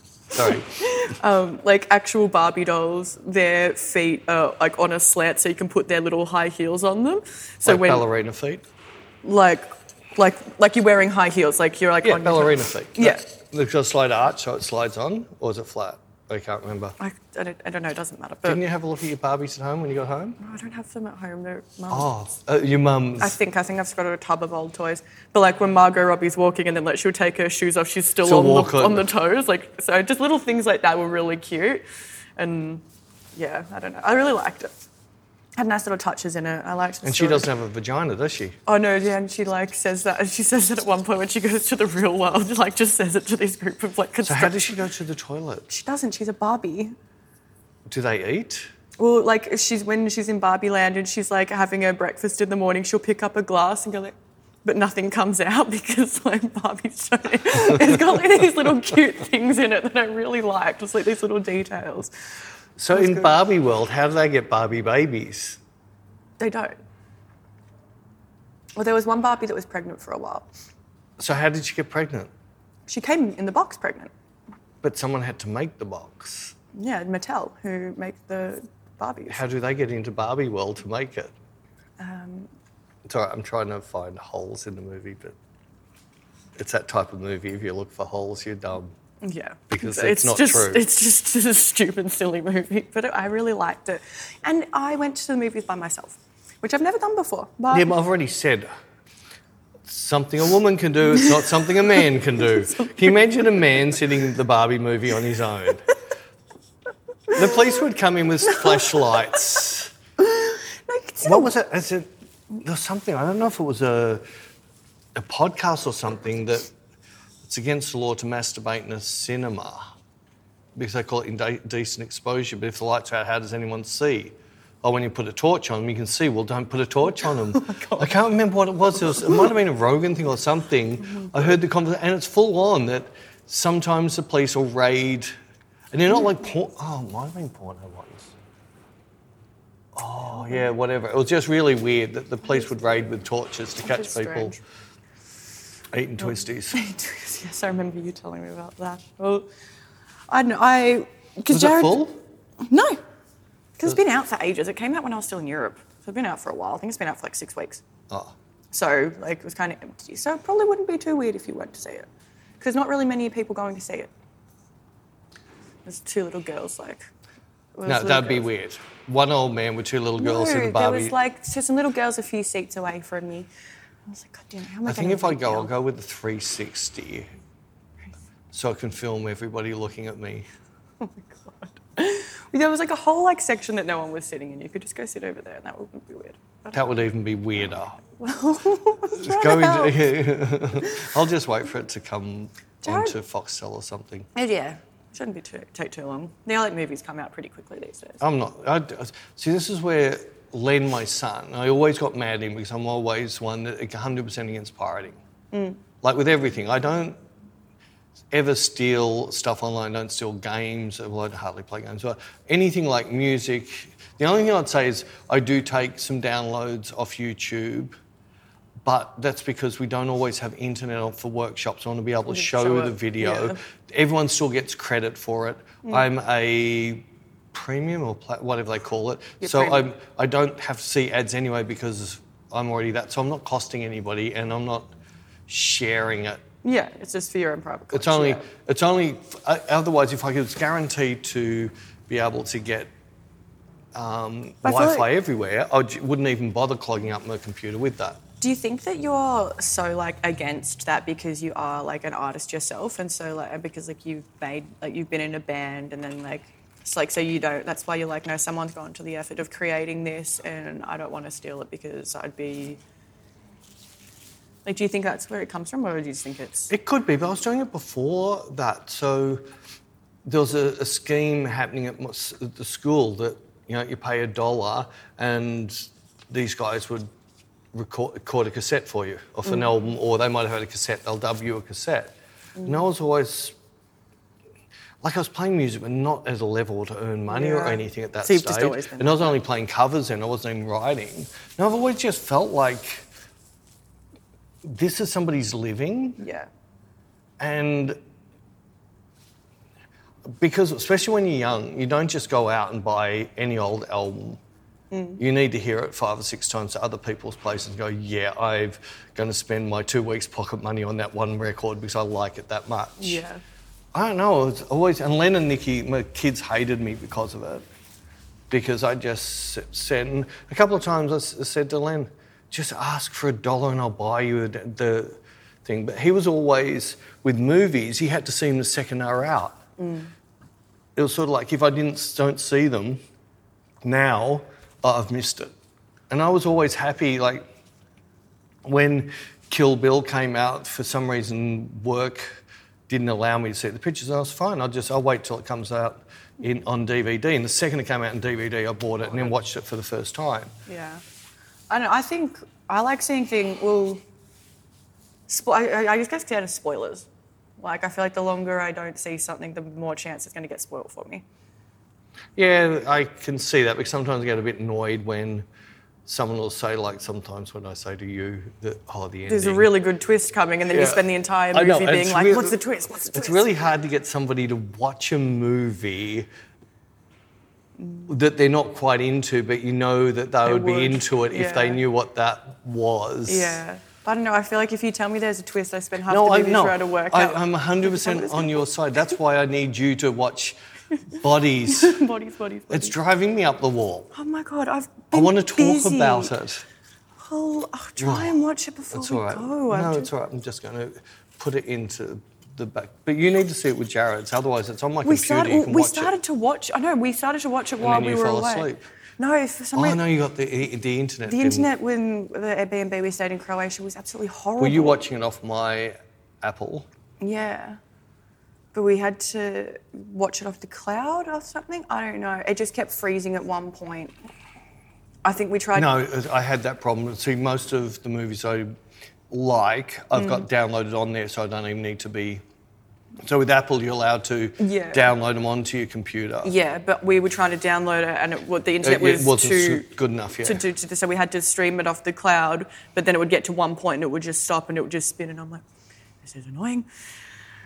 Speaker 2: [LAUGHS] Sorry.
Speaker 1: like actual Barbie dolls, their feet are like on a slant, so you can put their little high heels on them. So
Speaker 2: So like
Speaker 1: when
Speaker 2: ballerina feet.
Speaker 1: like like like you're wearing high heels, like you're like
Speaker 2: Yeah,
Speaker 1: on your-
Speaker 2: ballerina feet.
Speaker 1: Yeah.
Speaker 2: They've got a slight arch, so it slides on, or is it flat? I can't remember.
Speaker 1: I, I, don't, I don't know. It doesn't matter. But
Speaker 2: Didn't you have a look at your Barbies at home when you got home?
Speaker 1: I don't have them at home. They're mum.
Speaker 2: Oh, uh, your mum's.
Speaker 1: I think I think I've just got a tub of old toys. But like when Margot Robbie's walking and then like she'll take her shoes off, she's still
Speaker 2: Still
Speaker 1: on
Speaker 2: walk
Speaker 1: the,
Speaker 2: on.
Speaker 1: on the toes. Like so, just little things like that were really cute, and yeah, I don't know. I really liked it. Had nice little touches in it. I liked. The
Speaker 2: and she
Speaker 1: story.
Speaker 2: doesn't have a vagina, does she?
Speaker 1: Oh no, yeah, and she like says that, and she says it at one point when she goes to the real world. [LAUGHS] Like just says it to this group of like.
Speaker 2: So how does she go to the toilet?
Speaker 1: She doesn't. She's a Barbie.
Speaker 2: Do they eat?
Speaker 1: Well, like if she's when she's in Barbie Land and she's like having her breakfast in the morning, she'll pick up a glass and go like, but nothing comes [LAUGHS] out because like Barbie's so it's got like these little cute things in it that I really like, just like these little details.
Speaker 2: So in Barbie world, how do they get Barbie babies?
Speaker 1: They don't. Well, there was one Barbie that was pregnant for a while,
Speaker 2: So how did she get pregnant?
Speaker 1: She came in the box pregnant.
Speaker 2: But someone had to make the box.
Speaker 1: Yeah, Mattel, who make the Barbies.
Speaker 2: How do they get into Barbie world to make it? Sorry, I'm trying to find holes in the movie, but it's that type of movie. If you look for holes, you're dumb.
Speaker 1: Yeah,
Speaker 2: Because it's not
Speaker 1: just,
Speaker 2: true.
Speaker 1: It's just [LAUGHS] a stupid, silly movie, but I really liked it. And I went to the movies by myself, which I've never done before. But
Speaker 2: Yeah, but I've already said something a woman can do, it's not something a man can do. Can you imagine a man sitting the Barbie movie on his own? The police would come in with flashlights.
Speaker 1: Like, it's
Speaker 2: What was it? I said, there was something, I don't know if it was a, a podcast or something that it's against the law to masturbate in a cinema because they call it indecent exposure. But if the lights are out, how does anyone see? Oh, when you put a torch on them, you can see. Well, don't put a torch
Speaker 1: [LAUGHS]
Speaker 2: on
Speaker 1: Oh
Speaker 2: them. I can't remember what it was. It, was. it might have been a Rogan thing or something. I heard the conversation, and it's full on that sometimes the police will raid, and they're not like
Speaker 1: Mm.
Speaker 2: porn. Oh, it might have been porno ones. Oh, yeah, whatever. It was just really weird that the police would raid with torches to catch
Speaker 1: That's
Speaker 2: people
Speaker 1: strange.
Speaker 2: eating twisties.
Speaker 1: [LAUGHS] yes, I remember you telling me about that. Well, I don't know. I because
Speaker 2: Was it
Speaker 1: Jared.
Speaker 2: full?
Speaker 1: No, because it's been out for ages. It came out when I was still in Europe, so it's been out for a while. I think it's been out for like six weeks.
Speaker 2: Oh.
Speaker 1: So like it was kind of empty. So it probably wouldn't be too weird if you went to see it, because not really many people going to see it. There's two little girls like. it was
Speaker 2: No,
Speaker 1: little
Speaker 2: that'd be
Speaker 1: girls.
Speaker 2: weird. One old man with two little girls in
Speaker 1: No,
Speaker 2: a
Speaker 1: there
Speaker 2: Barbie.
Speaker 1: was like so some little girls a few seats away from me. I was like, God damn, it, how am I?
Speaker 2: I think
Speaker 1: gonna
Speaker 2: if I
Speaker 1: make
Speaker 2: go,
Speaker 1: out?"
Speaker 2: I'll go with the 360 so I can film everybody looking at me.
Speaker 1: [LAUGHS] Oh my god. There was like a whole like section that no one was sitting in. You could just go sit over there, and that wouldn't be weird.
Speaker 2: That would even be weirder.
Speaker 1: Just
Speaker 2: Go into, [LAUGHS] I'll just wait for it to come
Speaker 1: Jared-
Speaker 2: onto Foxtel or something.
Speaker 1: yeah, shouldn't be too take too long. They let movies come out pretty quickly these days.
Speaker 2: I'm not. I, I- see, this is where Len, my son, I always got mad at him because I'm always one that 100% against pirating.
Speaker 1: Mm.
Speaker 2: Like with everything, I don't ever steal stuff online. Don't steal games. Well, I hardly play games. But anything like music. The only thing I'd say is I do take some downloads off YouTube. But that's because we don't always have internet on for workshops. I want to be able to
Speaker 1: Just
Speaker 2: show,
Speaker 1: Mm, show it,
Speaker 2: the video.
Speaker 1: yeah.
Speaker 2: Everyone still gets credit for it.
Speaker 1: Mm.
Speaker 2: I'm a premium or pla- whatever they call it.
Speaker 1: You're
Speaker 2: so
Speaker 1: premium.
Speaker 2: I'm, I don't have to see ads anyway because I'm already that. So I'm not costing anybody and I'm not sharing it
Speaker 1: Yeah, it's just for your own private.
Speaker 2: it's
Speaker 1: collection,
Speaker 2: only,
Speaker 1: yeah.
Speaker 2: it's only. uh, Otherwise, if I was guaranteed to be able to get um,
Speaker 1: I feel
Speaker 2: Wi-Fi
Speaker 1: like-
Speaker 2: everywhere, I j- wouldn't even bother clogging up my computer with that.
Speaker 1: Do you think that you're so like against that because you are like an artist yourself, and so like and because like you've made like you've been in a band, and then like it's like so you don't. That's why you're like no, someone's gone to the effort of creating this, and I don't want to steal it because I'd be. Like, do you think that's where it comes from, or do you just think it's?
Speaker 2: It could be, but I was doing it before that. So there was a, a scheme happening at, my, s- at the school that you know you pay a dollar and these guys would record, record a cassette for you off an
Speaker 1: Mm.
Speaker 2: album, or they might have had a cassette. They'll dub you a cassette. And I was always like I was playing music, but not at a level to earn money or
Speaker 1: Yeah.
Speaker 2: anything at that
Speaker 1: So you've
Speaker 2: stage.
Speaker 1: just always been
Speaker 2: and I was only playing covers, and I wasn't even writing. And I've always just felt like this is somebody's living
Speaker 1: Yeah.
Speaker 2: and because especially when you're young, you don't just go out and buy any old album. You need to hear it five or six times to other people's places and go, yeah, I'm going to spend my two weeks pocket money on that one record because I like it that much.
Speaker 1: Yeah.
Speaker 2: I don't know. It's always and Len and Nikki, my kids hated me because of it, because I just s- said and a couple of times I s- said to Len, just ask for a dollar and I'll buy you the, the thing. But he was always with movies. He had to see them the second they were out. It was sort of like if I didn't don't see them now, oh, I've missed it. And I was always happy like when Kill Bill came out, for some reason, work didn't allow me to see the pictures. I was fine. I'll just I'll wait till it comes out in on DVD. And the second it came out in DVD, I bought it and then watched it for the first time.
Speaker 1: Yeah. I don't know. I think I like seeing things. Well, spo- I, I- I just get scared of spoilers. Like, I feel like the longer I don't see something, the more chance it's going to get spoiled for me.
Speaker 2: Yeah, I can see that because sometimes I get a bit annoyed when someone will say, like sometimes when I say to you that, oh, the ending.
Speaker 1: There's a really good twist coming, and then you
Speaker 2: Yeah.
Speaker 1: spend the entire
Speaker 2: I
Speaker 1: movie
Speaker 2: know, and
Speaker 1: being
Speaker 2: it's
Speaker 1: like,
Speaker 2: real-
Speaker 1: "What's the twist? What's the twist?"
Speaker 2: It's really hard to get somebody to watch a movie that they're not quite into, but you know that they, would,
Speaker 1: would,
Speaker 2: be into it if they
Speaker 1: yeah.
Speaker 2: knew what that was.
Speaker 1: Yeah. But I don't know. I feel like if you tell me there's a twist, I spend half
Speaker 2: No,
Speaker 1: the
Speaker 2: I
Speaker 1: movie
Speaker 2: no,
Speaker 1: trying to work
Speaker 2: I, um,
Speaker 1: out.
Speaker 2: I'm 100% on your side. That's why I need you
Speaker 1: [LAUGHS]
Speaker 2: to watch Bodies.
Speaker 1: [LAUGHS] bodies, bodies,
Speaker 2: It's
Speaker 1: bodies.
Speaker 2: driving me up the wall.
Speaker 1: oh my god, I've.
Speaker 2: I
Speaker 1: been
Speaker 2: want to talk
Speaker 1: busy.
Speaker 2: about it.
Speaker 1: I'll, I'll try and watch it before
Speaker 2: That's
Speaker 1: we
Speaker 2: all right.
Speaker 1: go. I'm
Speaker 2: no,
Speaker 1: just-
Speaker 2: it's all right. I'm just going to put it into the back. But you need to see it with Jared's, otherwise it's on my
Speaker 1: we
Speaker 2: computer.
Speaker 1: started.
Speaker 2: you can
Speaker 1: we
Speaker 2: watch
Speaker 1: started
Speaker 2: it.
Speaker 1: to watch. I know we started to watch it while
Speaker 2: then
Speaker 1: we
Speaker 2: you
Speaker 1: were
Speaker 2: fell
Speaker 1: away.
Speaker 2: asleep.
Speaker 1: No, for some
Speaker 2: Oh,
Speaker 1: reason,
Speaker 2: no, you got the the internet.
Speaker 1: the
Speaker 2: didn't-
Speaker 1: internet when the Airbnb we stayed in Croatia was absolutely horrible.
Speaker 2: Were you watching it off my Apple?
Speaker 1: Yeah. But we had to watch it off the cloud or something. I don't know. It just kept freezing at one point. I think we tried.
Speaker 2: No, I had that problem. See, most of the movies I like,
Speaker 1: Mm.
Speaker 2: I've got downloaded on there, so I don't even need to be. So with Apple, you're allowed to
Speaker 1: Yeah.
Speaker 2: download them onto your computer.
Speaker 1: Yeah, but we were trying to download it, and it, what the internet
Speaker 2: It- it
Speaker 1: was
Speaker 2: wasn't
Speaker 1: too
Speaker 2: su- good enough, yeah.
Speaker 1: To do to this, so we had to stream it off the cloud. But then it would get to one point, and it would just stop, and it would just spin, and I'm like, this is annoying.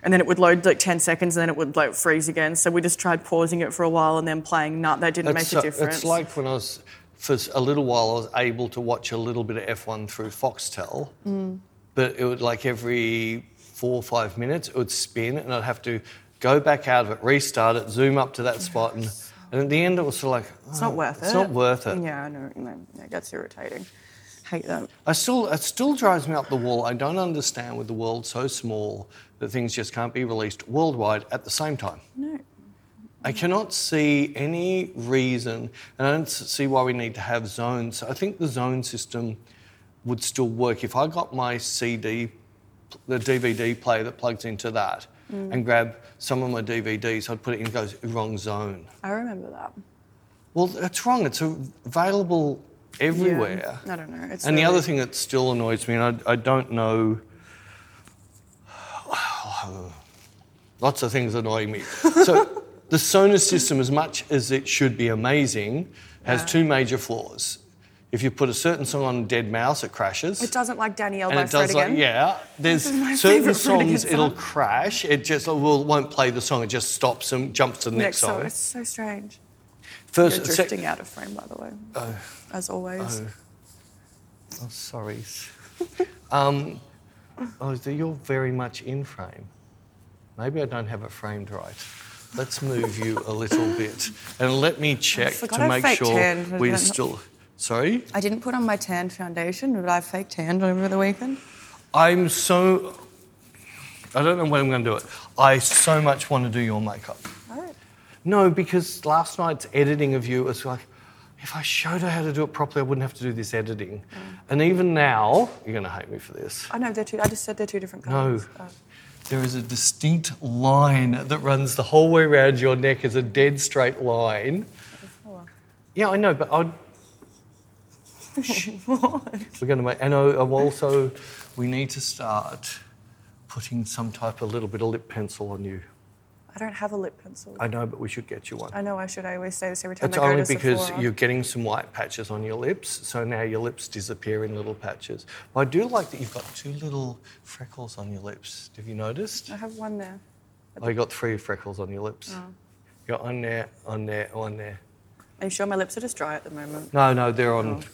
Speaker 1: And then it would load like 10 seconds, and then it would like freeze again. So we just tried pausing it for a while and then playing. Nah, that didn't
Speaker 2: It's
Speaker 1: make a
Speaker 2: so-
Speaker 1: difference.
Speaker 2: It's like when I was, for s- a little while, I was able to watch a little bit of F1 through Foxtel,
Speaker 1: Mm.
Speaker 2: but it would like every four or five minutes, it would spin and I'd have to go back out of it, restart it, zoom up to that spot. And, and at the end, it was sort of like, "Ah,
Speaker 1: it's not worth it.
Speaker 2: It's not worth it.
Speaker 1: Yeah, I know. No, it gets irritating. Hate that.
Speaker 2: I still, it still drives me up the wall. I don't understand with the world so small that things just can't be released worldwide at the same time.
Speaker 1: No.
Speaker 2: I cannot see any reason, and I don't s- see why we need to have zones. I think the zone system would still work. If I got my CD, pl- the DVD player that plugs into that, and grab some of my DVDs, I'd put it in, it goes wrong zone.
Speaker 1: I remember that.
Speaker 2: Well, that's wrong. It's a- available everywhere.
Speaker 1: I don't know. It's
Speaker 2: And the
Speaker 1: really-
Speaker 2: other thing that still annoys me, and I, I don't know. [SIGHS] Lots of things annoy me. So,
Speaker 1: [LAUGHS]
Speaker 2: the Sonos system, as much as it should be amazing, has two major flaws. If you put a certain song on Dead Mouse, it crashes.
Speaker 1: It doesn't like Danielle
Speaker 2: and
Speaker 1: by
Speaker 2: it
Speaker 1: Fred
Speaker 2: does
Speaker 1: again.
Speaker 2: like yeah. There's
Speaker 1: This is my
Speaker 2: certain
Speaker 1: favourite Fred again
Speaker 2: songs it'll
Speaker 1: song.
Speaker 2: crash. It just will won't play the song. It just stops and jumps to the next,
Speaker 1: Next song.
Speaker 2: song.
Speaker 1: It's so strange.
Speaker 2: First,
Speaker 1: You're
Speaker 2: sec-
Speaker 1: drifting out of frame, by the way. as always.
Speaker 2: Oh, sorry. [LAUGHS] um, oh, so you're very much in frame. Maybe I don't have it framed right. Let's move you a little bit and let me check
Speaker 1: forgot
Speaker 2: to
Speaker 1: I
Speaker 2: make
Speaker 1: faked
Speaker 2: sure
Speaker 1: tan. I don't
Speaker 2: we're
Speaker 1: know.
Speaker 2: still. Sorry?
Speaker 1: I didn't put on my tan foundation, but I fake tanned over the weekend.
Speaker 2: I'm so. I don't know when I'm going to do it. I so much want to do your makeup.
Speaker 1: Right.
Speaker 2: No, because last night's editing of you was like, if I showed her how to do it properly, I wouldn't have to do this editing. And even now, you're going to hate me for this.
Speaker 1: I know they're two. I just said they're two different
Speaker 2: No.
Speaker 1: colors.
Speaker 2: There is a distinct line that runs the whole way around your neck as a dead straight line. Yeah, I know, but I'd.
Speaker 1: Oh. [LAUGHS]
Speaker 2: We're going to make. And I- I've also, we need to start putting some type of little bit of lip pencil on you.
Speaker 1: I don't have a lip pencil. I,
Speaker 2: I know, but we should get you one.
Speaker 1: know I should. I always say this every time
Speaker 2: It's
Speaker 1: I go
Speaker 2: only
Speaker 1: to
Speaker 2: because
Speaker 1: Sephora.
Speaker 2: you're getting some white patches on your lips, so now your lips disappear in little patches. But I do like that you've got two little freckles on your lips. Have you noticed?
Speaker 1: I Oh. have one there.
Speaker 2: Oh, you got three freckles on your lips. You're on there, on there, on there.
Speaker 1: Are you sure my lips are just dry at the moment?
Speaker 2: No, no, they're on.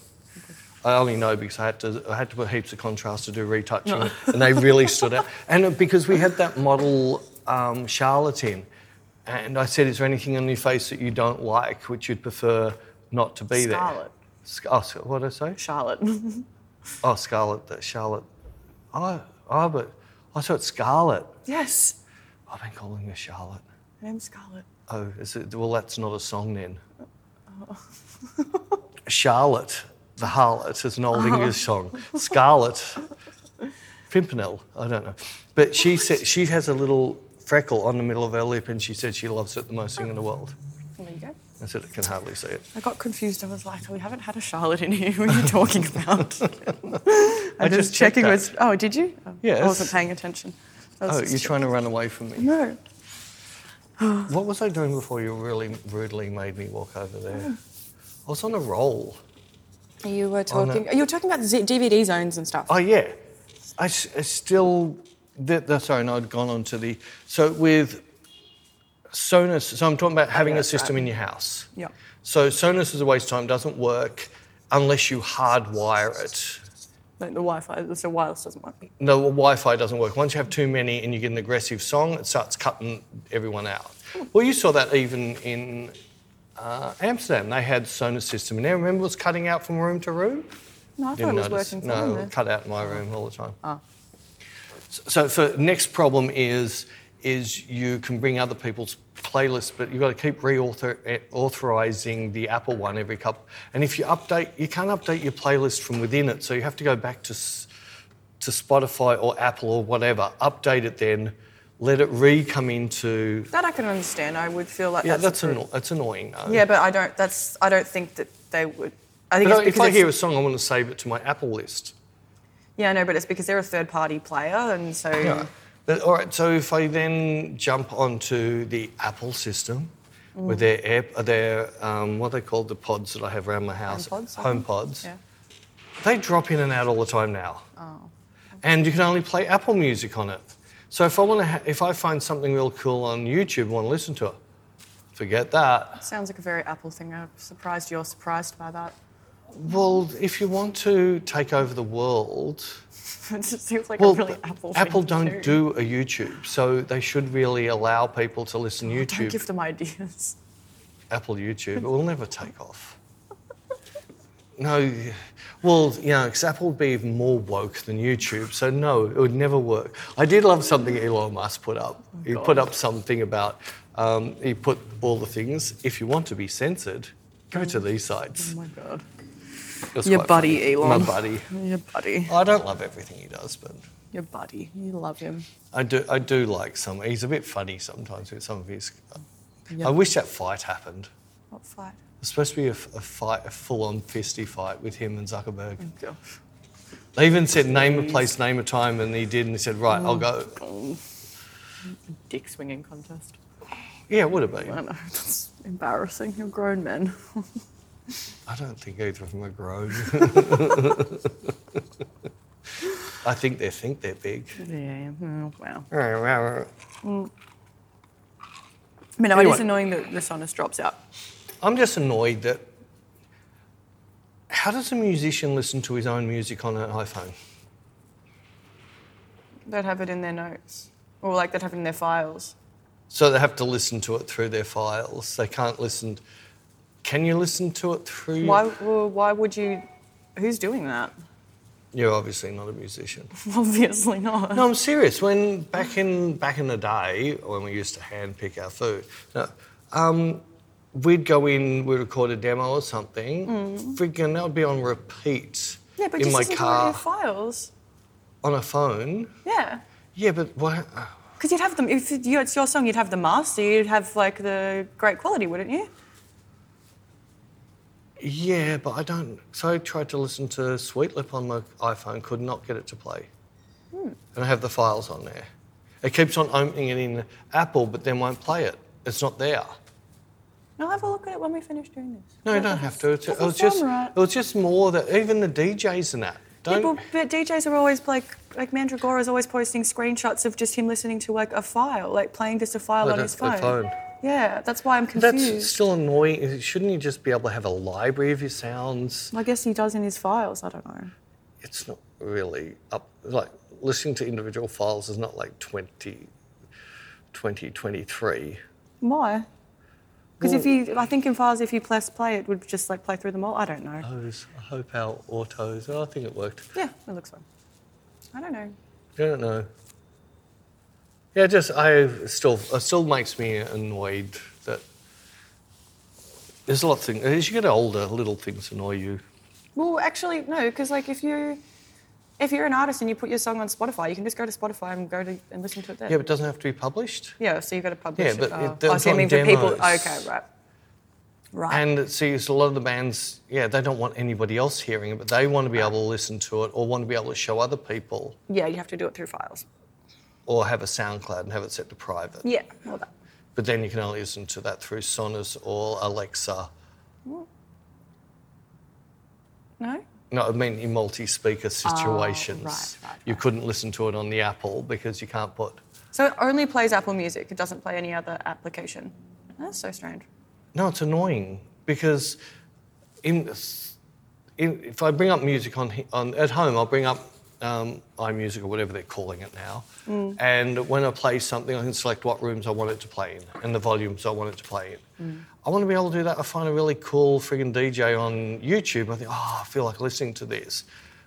Speaker 2: I only know because I had to. I had to put heaps of contrast to do retouching, and they really stood out. And uh, because we had that model um, Charlotte in, and I said, "Is there anything on your face that you don't like, which you'd prefer not to be
Speaker 1: Scarlet.
Speaker 2: there?" Scarlet. Oh, what did I say?
Speaker 1: Charlotte. [LAUGHS]
Speaker 2: Oh, Scarlet. That Charlotte. Oh, oh, but I thought Scarlet.
Speaker 1: yes.
Speaker 2: I've been calling her Charlotte.
Speaker 1: My name's Scarlet.
Speaker 2: Oh, is it, well, that's not a song then.
Speaker 1: Oh. [LAUGHS]
Speaker 2: Charlotte, the harlot, is an
Speaker 1: Oh.
Speaker 2: old English song. Scarlet, Pimpernel, I don't know. But she said she has a little freckle on the middle of her lip, and she said she loves it the most thing in the world.
Speaker 1: There you go.
Speaker 2: I said I can hardly see it.
Speaker 1: I got confused. I was like, we haven't had a Charlotte in here. [LAUGHS] What are you talking about? [LAUGHS]
Speaker 2: I
Speaker 1: I'm
Speaker 2: just
Speaker 1: just
Speaker 2: checked
Speaker 1: checking.
Speaker 2: that.
Speaker 1: Was, oh, did you? Oh,
Speaker 2: Yes.
Speaker 1: I wasn't paying attention. I was
Speaker 2: Oh,
Speaker 1: just
Speaker 2: you're
Speaker 1: che-
Speaker 2: trying to run away from me.
Speaker 1: No.
Speaker 2: What was I
Speaker 1: Mm.
Speaker 2: doing before you really rudely made me walk over there? I was on a roll.
Speaker 1: You were talking. You were talking about Z- DVD zones and stuff.
Speaker 2: Oh yeah, I, s- I still. The, the, sorry, no, I'd gone on to the. So with Sonos, so I'm talking about having a
Speaker 1: that's
Speaker 2: system
Speaker 1: right.
Speaker 2: in your house.
Speaker 1: Yeah.
Speaker 2: So Sonos is a waste of time. Doesn't work unless you hardwire it.
Speaker 1: Like the Wi-Fi, so wireless doesn't work.
Speaker 2: No, well, Wi-Fi doesn't work. Once you have too many and you get an aggressive song, it starts cutting everyone out. Well, you saw that even in uh, Amsterdam. They had Sonos system, and there remember it was cutting out from room to room.
Speaker 1: No, I thought
Speaker 2: Didn't
Speaker 1: it was
Speaker 2: notice.
Speaker 1: working fine.
Speaker 2: No,
Speaker 1: there. Ah.
Speaker 2: cut out in my room all the time. So, so next problem is is you can bring other people's playlists, but you've got to keep reauthorizing the Apple one every couple. And if you update, you can't update your playlist from within it, so you have to go back to s- to Spotify or Apple or whatever, update it then, let it re come into.
Speaker 1: That I can understand. I would feel like
Speaker 2: Yeah,
Speaker 1: that's
Speaker 2: that's, anno- that's annoying. Though.
Speaker 1: Yeah, but I don't. That's I don't think that they would. I think
Speaker 2: But
Speaker 1: it's
Speaker 2: if
Speaker 1: because
Speaker 2: I hear a
Speaker 1: it's,
Speaker 2: song, I want to save it to my Apple list.
Speaker 1: yeah, no, but it's because they're a third-party player, and so
Speaker 2: Yeah. But, all right. So if I then jump onto the Apple system with
Speaker 1: Mm.
Speaker 2: their app, uh, their um, what are they called the pods that I have around my house,
Speaker 1: HomePods, I
Speaker 2: home
Speaker 1: think.
Speaker 2: pods.
Speaker 1: yeah.
Speaker 2: They drop in and out all the time now. Oh. And you can only play Apple Music on it. So if I want to, ha- if I find something real cool on YouTube, and want to listen to it, forget that.
Speaker 1: Sounds like a very Apple thing. I'm surprised you're surprised by that. [LAUGHS]
Speaker 2: Well, if you want to take over the world,
Speaker 1: it just seems like
Speaker 2: well,
Speaker 1: a really Apple. thing
Speaker 2: Apple
Speaker 1: to
Speaker 2: don't do a YouTube, so they should really allow people to listen to YouTube.
Speaker 1: Don't give them ideas. [LAUGHS]
Speaker 2: Apple YouTube, it will never take off. No, well, you know, 'cause Apple would be even more woke than YouTube, so no, it would never work. I did love something Elon Musk put up. he put up something about, um, he put all the things, if you want to be censored, go to these sites.
Speaker 1: Oh my god,
Speaker 2: It was
Speaker 1: Your
Speaker 2: quite
Speaker 1: buddy,
Speaker 2: funny.
Speaker 1: Elon.
Speaker 2: My buddy.
Speaker 1: your buddy,
Speaker 2: I don't love everything he does, but
Speaker 1: your buddy. You love him.
Speaker 2: I do, I do like some. He's a bit funny sometimes with some of his.
Speaker 1: Yeah.
Speaker 2: I wish that fight happened.
Speaker 1: What fight?
Speaker 2: It's supposed to be a, f- a fight, a full-on fisty fight with him and Zuckerberg.
Speaker 1: Gosh.
Speaker 2: They even said name a place, name a time, and he did, and he said, "Right, I'll go."
Speaker 1: Mm. dick swinging contest.
Speaker 2: Yeah, it would have been.
Speaker 1: I know, that's embarrassing. You're grown
Speaker 2: [LAUGHS]
Speaker 1: men.
Speaker 2: I don't think either of them are grown. I think they think they're big.
Speaker 1: yeah, mm, wow.
Speaker 2: I'm
Speaker 1: I mean, no, it
Speaker 2: Anyway.
Speaker 1: is annoying that the Sonos drops out.
Speaker 2: just annoyed that. How does a musician listen to his own music on an iPhone?
Speaker 1: They'd have it in their notes, or like they'd have it in their files.
Speaker 2: So they have to listen to it through their files. They can't listen. Can you listen to it through?
Speaker 1: Why? Well, why would you? Who's doing that? [LAUGHS]
Speaker 2: You're obviously not a musician.
Speaker 1: Obviously not.
Speaker 2: No, I'm serious. When back in back in the day, when we used to hand pick our food, no, um, we'd go in, we'd record a demo or something. Freaking, that would be on repeat
Speaker 1: Mm. Yeah, but
Speaker 2: in
Speaker 1: just
Speaker 2: my
Speaker 1: listen to it in
Speaker 2: car
Speaker 1: your files.
Speaker 2: on a phone.
Speaker 1: Yeah.
Speaker 2: Yeah, but what? uh,
Speaker 1: Because you'd have them, if it- you- it's your song, you'd have the master, you'd have like the great quality, wouldn't you?
Speaker 2: Yeah, but I don't. So I tried to listen to Sweet Lip on my iPhone, could not get it to play,
Speaker 1: Hmm.
Speaker 2: and I have the files on there. It keeps on opening it in Apple, but then won't play it. It's not there.
Speaker 1: I'll have a look at it when we finish doing this.
Speaker 2: No, you don't have to. It's, it
Speaker 1: doesn't
Speaker 2: was just,
Speaker 1: sound right.
Speaker 2: it was just more that even the DJs and that
Speaker 1: Yeah,
Speaker 2: don't.
Speaker 1: but, but DJs are always like, like Mandragora's always posting screenshots of just him listening to like a file, like playing just a file
Speaker 2: Oh,
Speaker 1: on
Speaker 2: that-
Speaker 1: his
Speaker 2: that
Speaker 1: phone.
Speaker 2: phone.
Speaker 1: Yeah, that's why I'm confused.
Speaker 2: That's still annoying. Shouldn't you just be able to have a library of your sounds?
Speaker 1: I guess he does in his files. I don't know.
Speaker 2: It's not really up. Like listening to individual files is not like 20, 2023.
Speaker 1: Why? Because if you, I think in files, if you press play, it would just like play through them all. I don't know.
Speaker 2: Those, I hope our autos. I think it worked.
Speaker 1: Yeah, it looks fine. I don't know.
Speaker 2: I don't know. Yeah, just I still it still makes me annoyed that there's a lot of things. As you get older, little things annoy you.
Speaker 1: Well, actually, no, because like if you, if you're an artist and you put your song on Spotify, you can just go to Spotify and go to and listen to it there.
Speaker 2: Yeah, but it doesn't have to be published.
Speaker 1: Yeah, so you've got to publish
Speaker 2: Yeah,
Speaker 1: it.
Speaker 2: but
Speaker 1: oh.
Speaker 2: it- that's
Speaker 1: oh, so you
Speaker 2: on
Speaker 1: mean for people?
Speaker 2: demos.
Speaker 1: Okay, right. Right.
Speaker 2: And it sees a lot of the bands, yeah, they don't want anybody else hearing it, but they want to be able to listen to it or want to be able to show other people
Speaker 1: yeah, you have to do it through files.
Speaker 2: or have a SoundCloud and have it set to private.
Speaker 1: Yeah, well that.
Speaker 2: But then you can only listen to that through Sonos or Alexa.
Speaker 1: No?
Speaker 2: No, I mean in multi-speaker situations.
Speaker 4: Oh, right,
Speaker 2: You couldn't listen to it on the Apple because you can't put.
Speaker 1: So it only plays Apple Music. It doesn't play any other application. That's so strange.
Speaker 2: No, it's annoying because in, in, if I bring up music on, he- on at home, I'll bring up um, iMusic or whatever they're calling it now. And when I play something, I can select what rooms I want it to play in and the volumes I want it to play in. I want to be able to do that. I find a really cool friggin' DJ on YouTube. I think, oh, I feel like listening to this.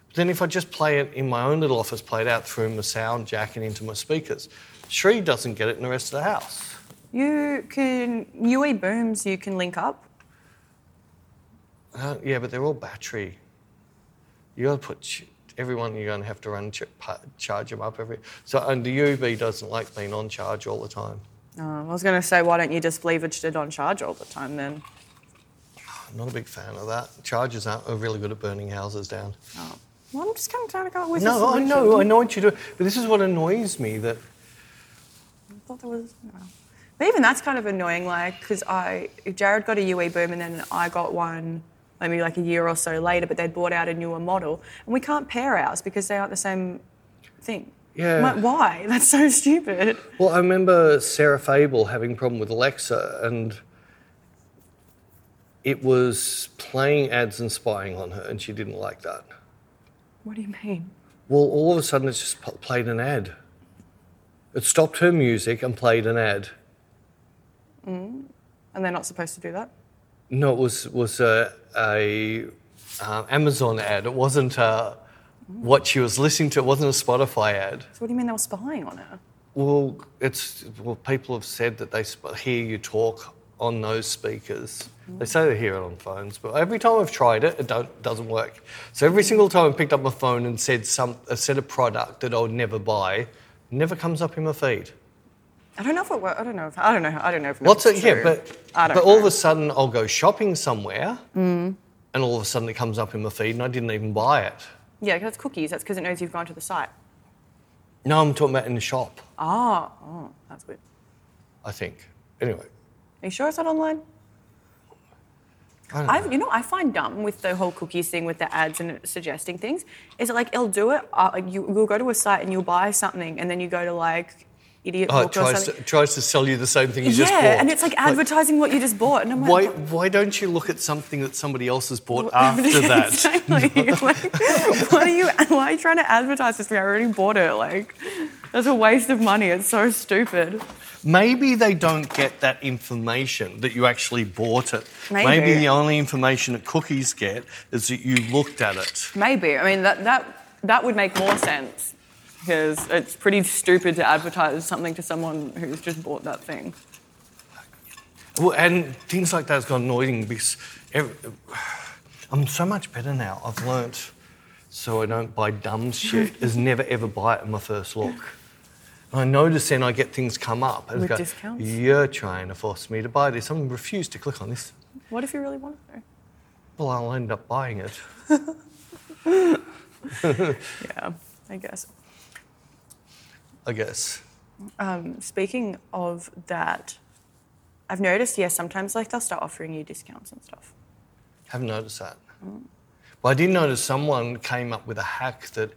Speaker 2: But then if I just play it in my own little office, play it out through my sound jack and into my speakers, Shree doesn't get it in the rest of the house.
Speaker 1: You can UE booms. You can link up.
Speaker 2: Uh, yeah, but they're all battery. You got to put ch- everyone. You're going to have to run ch- pa- charge them up every. So and the UV doesn't like being on charge all the time.
Speaker 1: Um, I was going to say, why don't you just leave it on charge all the time then?
Speaker 2: I'm not a big fan of that. Chargers aren't are really good at burning houses down.
Speaker 1: Oh. Well, I'm just kind of trying to come up with a
Speaker 2: no, I
Speaker 1: solution.
Speaker 2: know, I know what you do, but this is what annoys me. That
Speaker 1: I thought there was. No. But even that's kind of annoying, like, because I, if Jared got a UE boom and then I got one maybe like a year or so later, but they'd bought out a newer model, and we can't pair ours because they aren't the same thing.
Speaker 2: Yeah.
Speaker 1: I'm like, why? [LAUGHS] That's so stupid.
Speaker 2: Well, I remember Sarah Fable having a problem with Alexa, and it was playing ads and spying on her, and she didn't like that.
Speaker 1: What do you mean?
Speaker 2: Well, all of a sudden, it's just p- played an ad. It stopped her music and played an ad.
Speaker 1: And they're not supposed to do that.
Speaker 2: No, it was was a, a uh, Amazon ad. It wasn't uh what she was listening to. It wasn't a Spotify ad.
Speaker 1: So what do you mean they were spying on her?
Speaker 2: Well, it's well, people have said that they sp- hear you talk on those speakers. They say they hear it on phones, but every time I've tried it, it don't, doesn't work. So every single time I picked up my phone and said some, I said a product that I would never buy, never comes up in my feed.
Speaker 1: I don't know if it worked. I don't know if I don't know. how- I don't know if.
Speaker 2: Lots
Speaker 1: that's
Speaker 2: of yeah,
Speaker 1: true.
Speaker 2: but
Speaker 1: I don't
Speaker 2: but all of
Speaker 1: know.
Speaker 2: a sudden I'll go shopping somewhere, and all of a sudden it comes up in my feed, and I didn't even buy it.
Speaker 1: Yeah, 'cause that's cookies. That's because it knows you've gone to the site.
Speaker 2: No, I'm talking about in the shop.
Speaker 1: Ah, oh, that's weird.
Speaker 2: I think. Anyway,
Speaker 1: Are you sure it's not online?
Speaker 2: I don't know.
Speaker 1: I, you know, I find dumb with the whole cookies thing with the ads and suggesting things. Is it like it'll do it? Uh, like you, you'll go to a site and you'll buy something, and then you go to like idiot
Speaker 2: oh, it
Speaker 1: book or
Speaker 2: tries
Speaker 1: something.
Speaker 2: to, tries to sell you the same thing you
Speaker 1: yeah,
Speaker 2: just bought.
Speaker 1: and it's like advertising what you just bought, and I'm like,
Speaker 2: Why, why don't you look at something that somebody else has
Speaker 1: [LAUGHS]
Speaker 2: bought after that? [LAUGHS]
Speaker 1: exactly. [LAUGHS] like, what are you? Why are you trying to advertise this to me? I already bought it. Like, that's a waste of money. It's so stupid.
Speaker 2: Maybe they don't get that information that you actually bought it.
Speaker 1: Maybe.
Speaker 2: the only information that cookies get is that you looked at it.
Speaker 1: Maybe. I mean, that, that, that would make more sense because it's pretty stupid to advertise something to someone who's just bought that thing.
Speaker 2: Well, and things like that has got annoying because ev I'm so much better now. I've learnt so I don't buy
Speaker 1: [LAUGHS]
Speaker 2: dumb shit. is never ever buy it in my first look. And I notice then I get things come up and
Speaker 1: With
Speaker 2: go,
Speaker 1: discounts?
Speaker 2: "You're trying to force me to buy this." I'm refuse to click on this.
Speaker 1: What if you really want it though?
Speaker 2: Well, I'll end up buying it.
Speaker 1: Yeah, I guess.
Speaker 2: I guess.
Speaker 1: Um, speaking of that, I've noticed, yes, sometimes like they'll start offering you discounts and stuff.
Speaker 2: Haven't noticed that. But I did notice someone came up with a hack that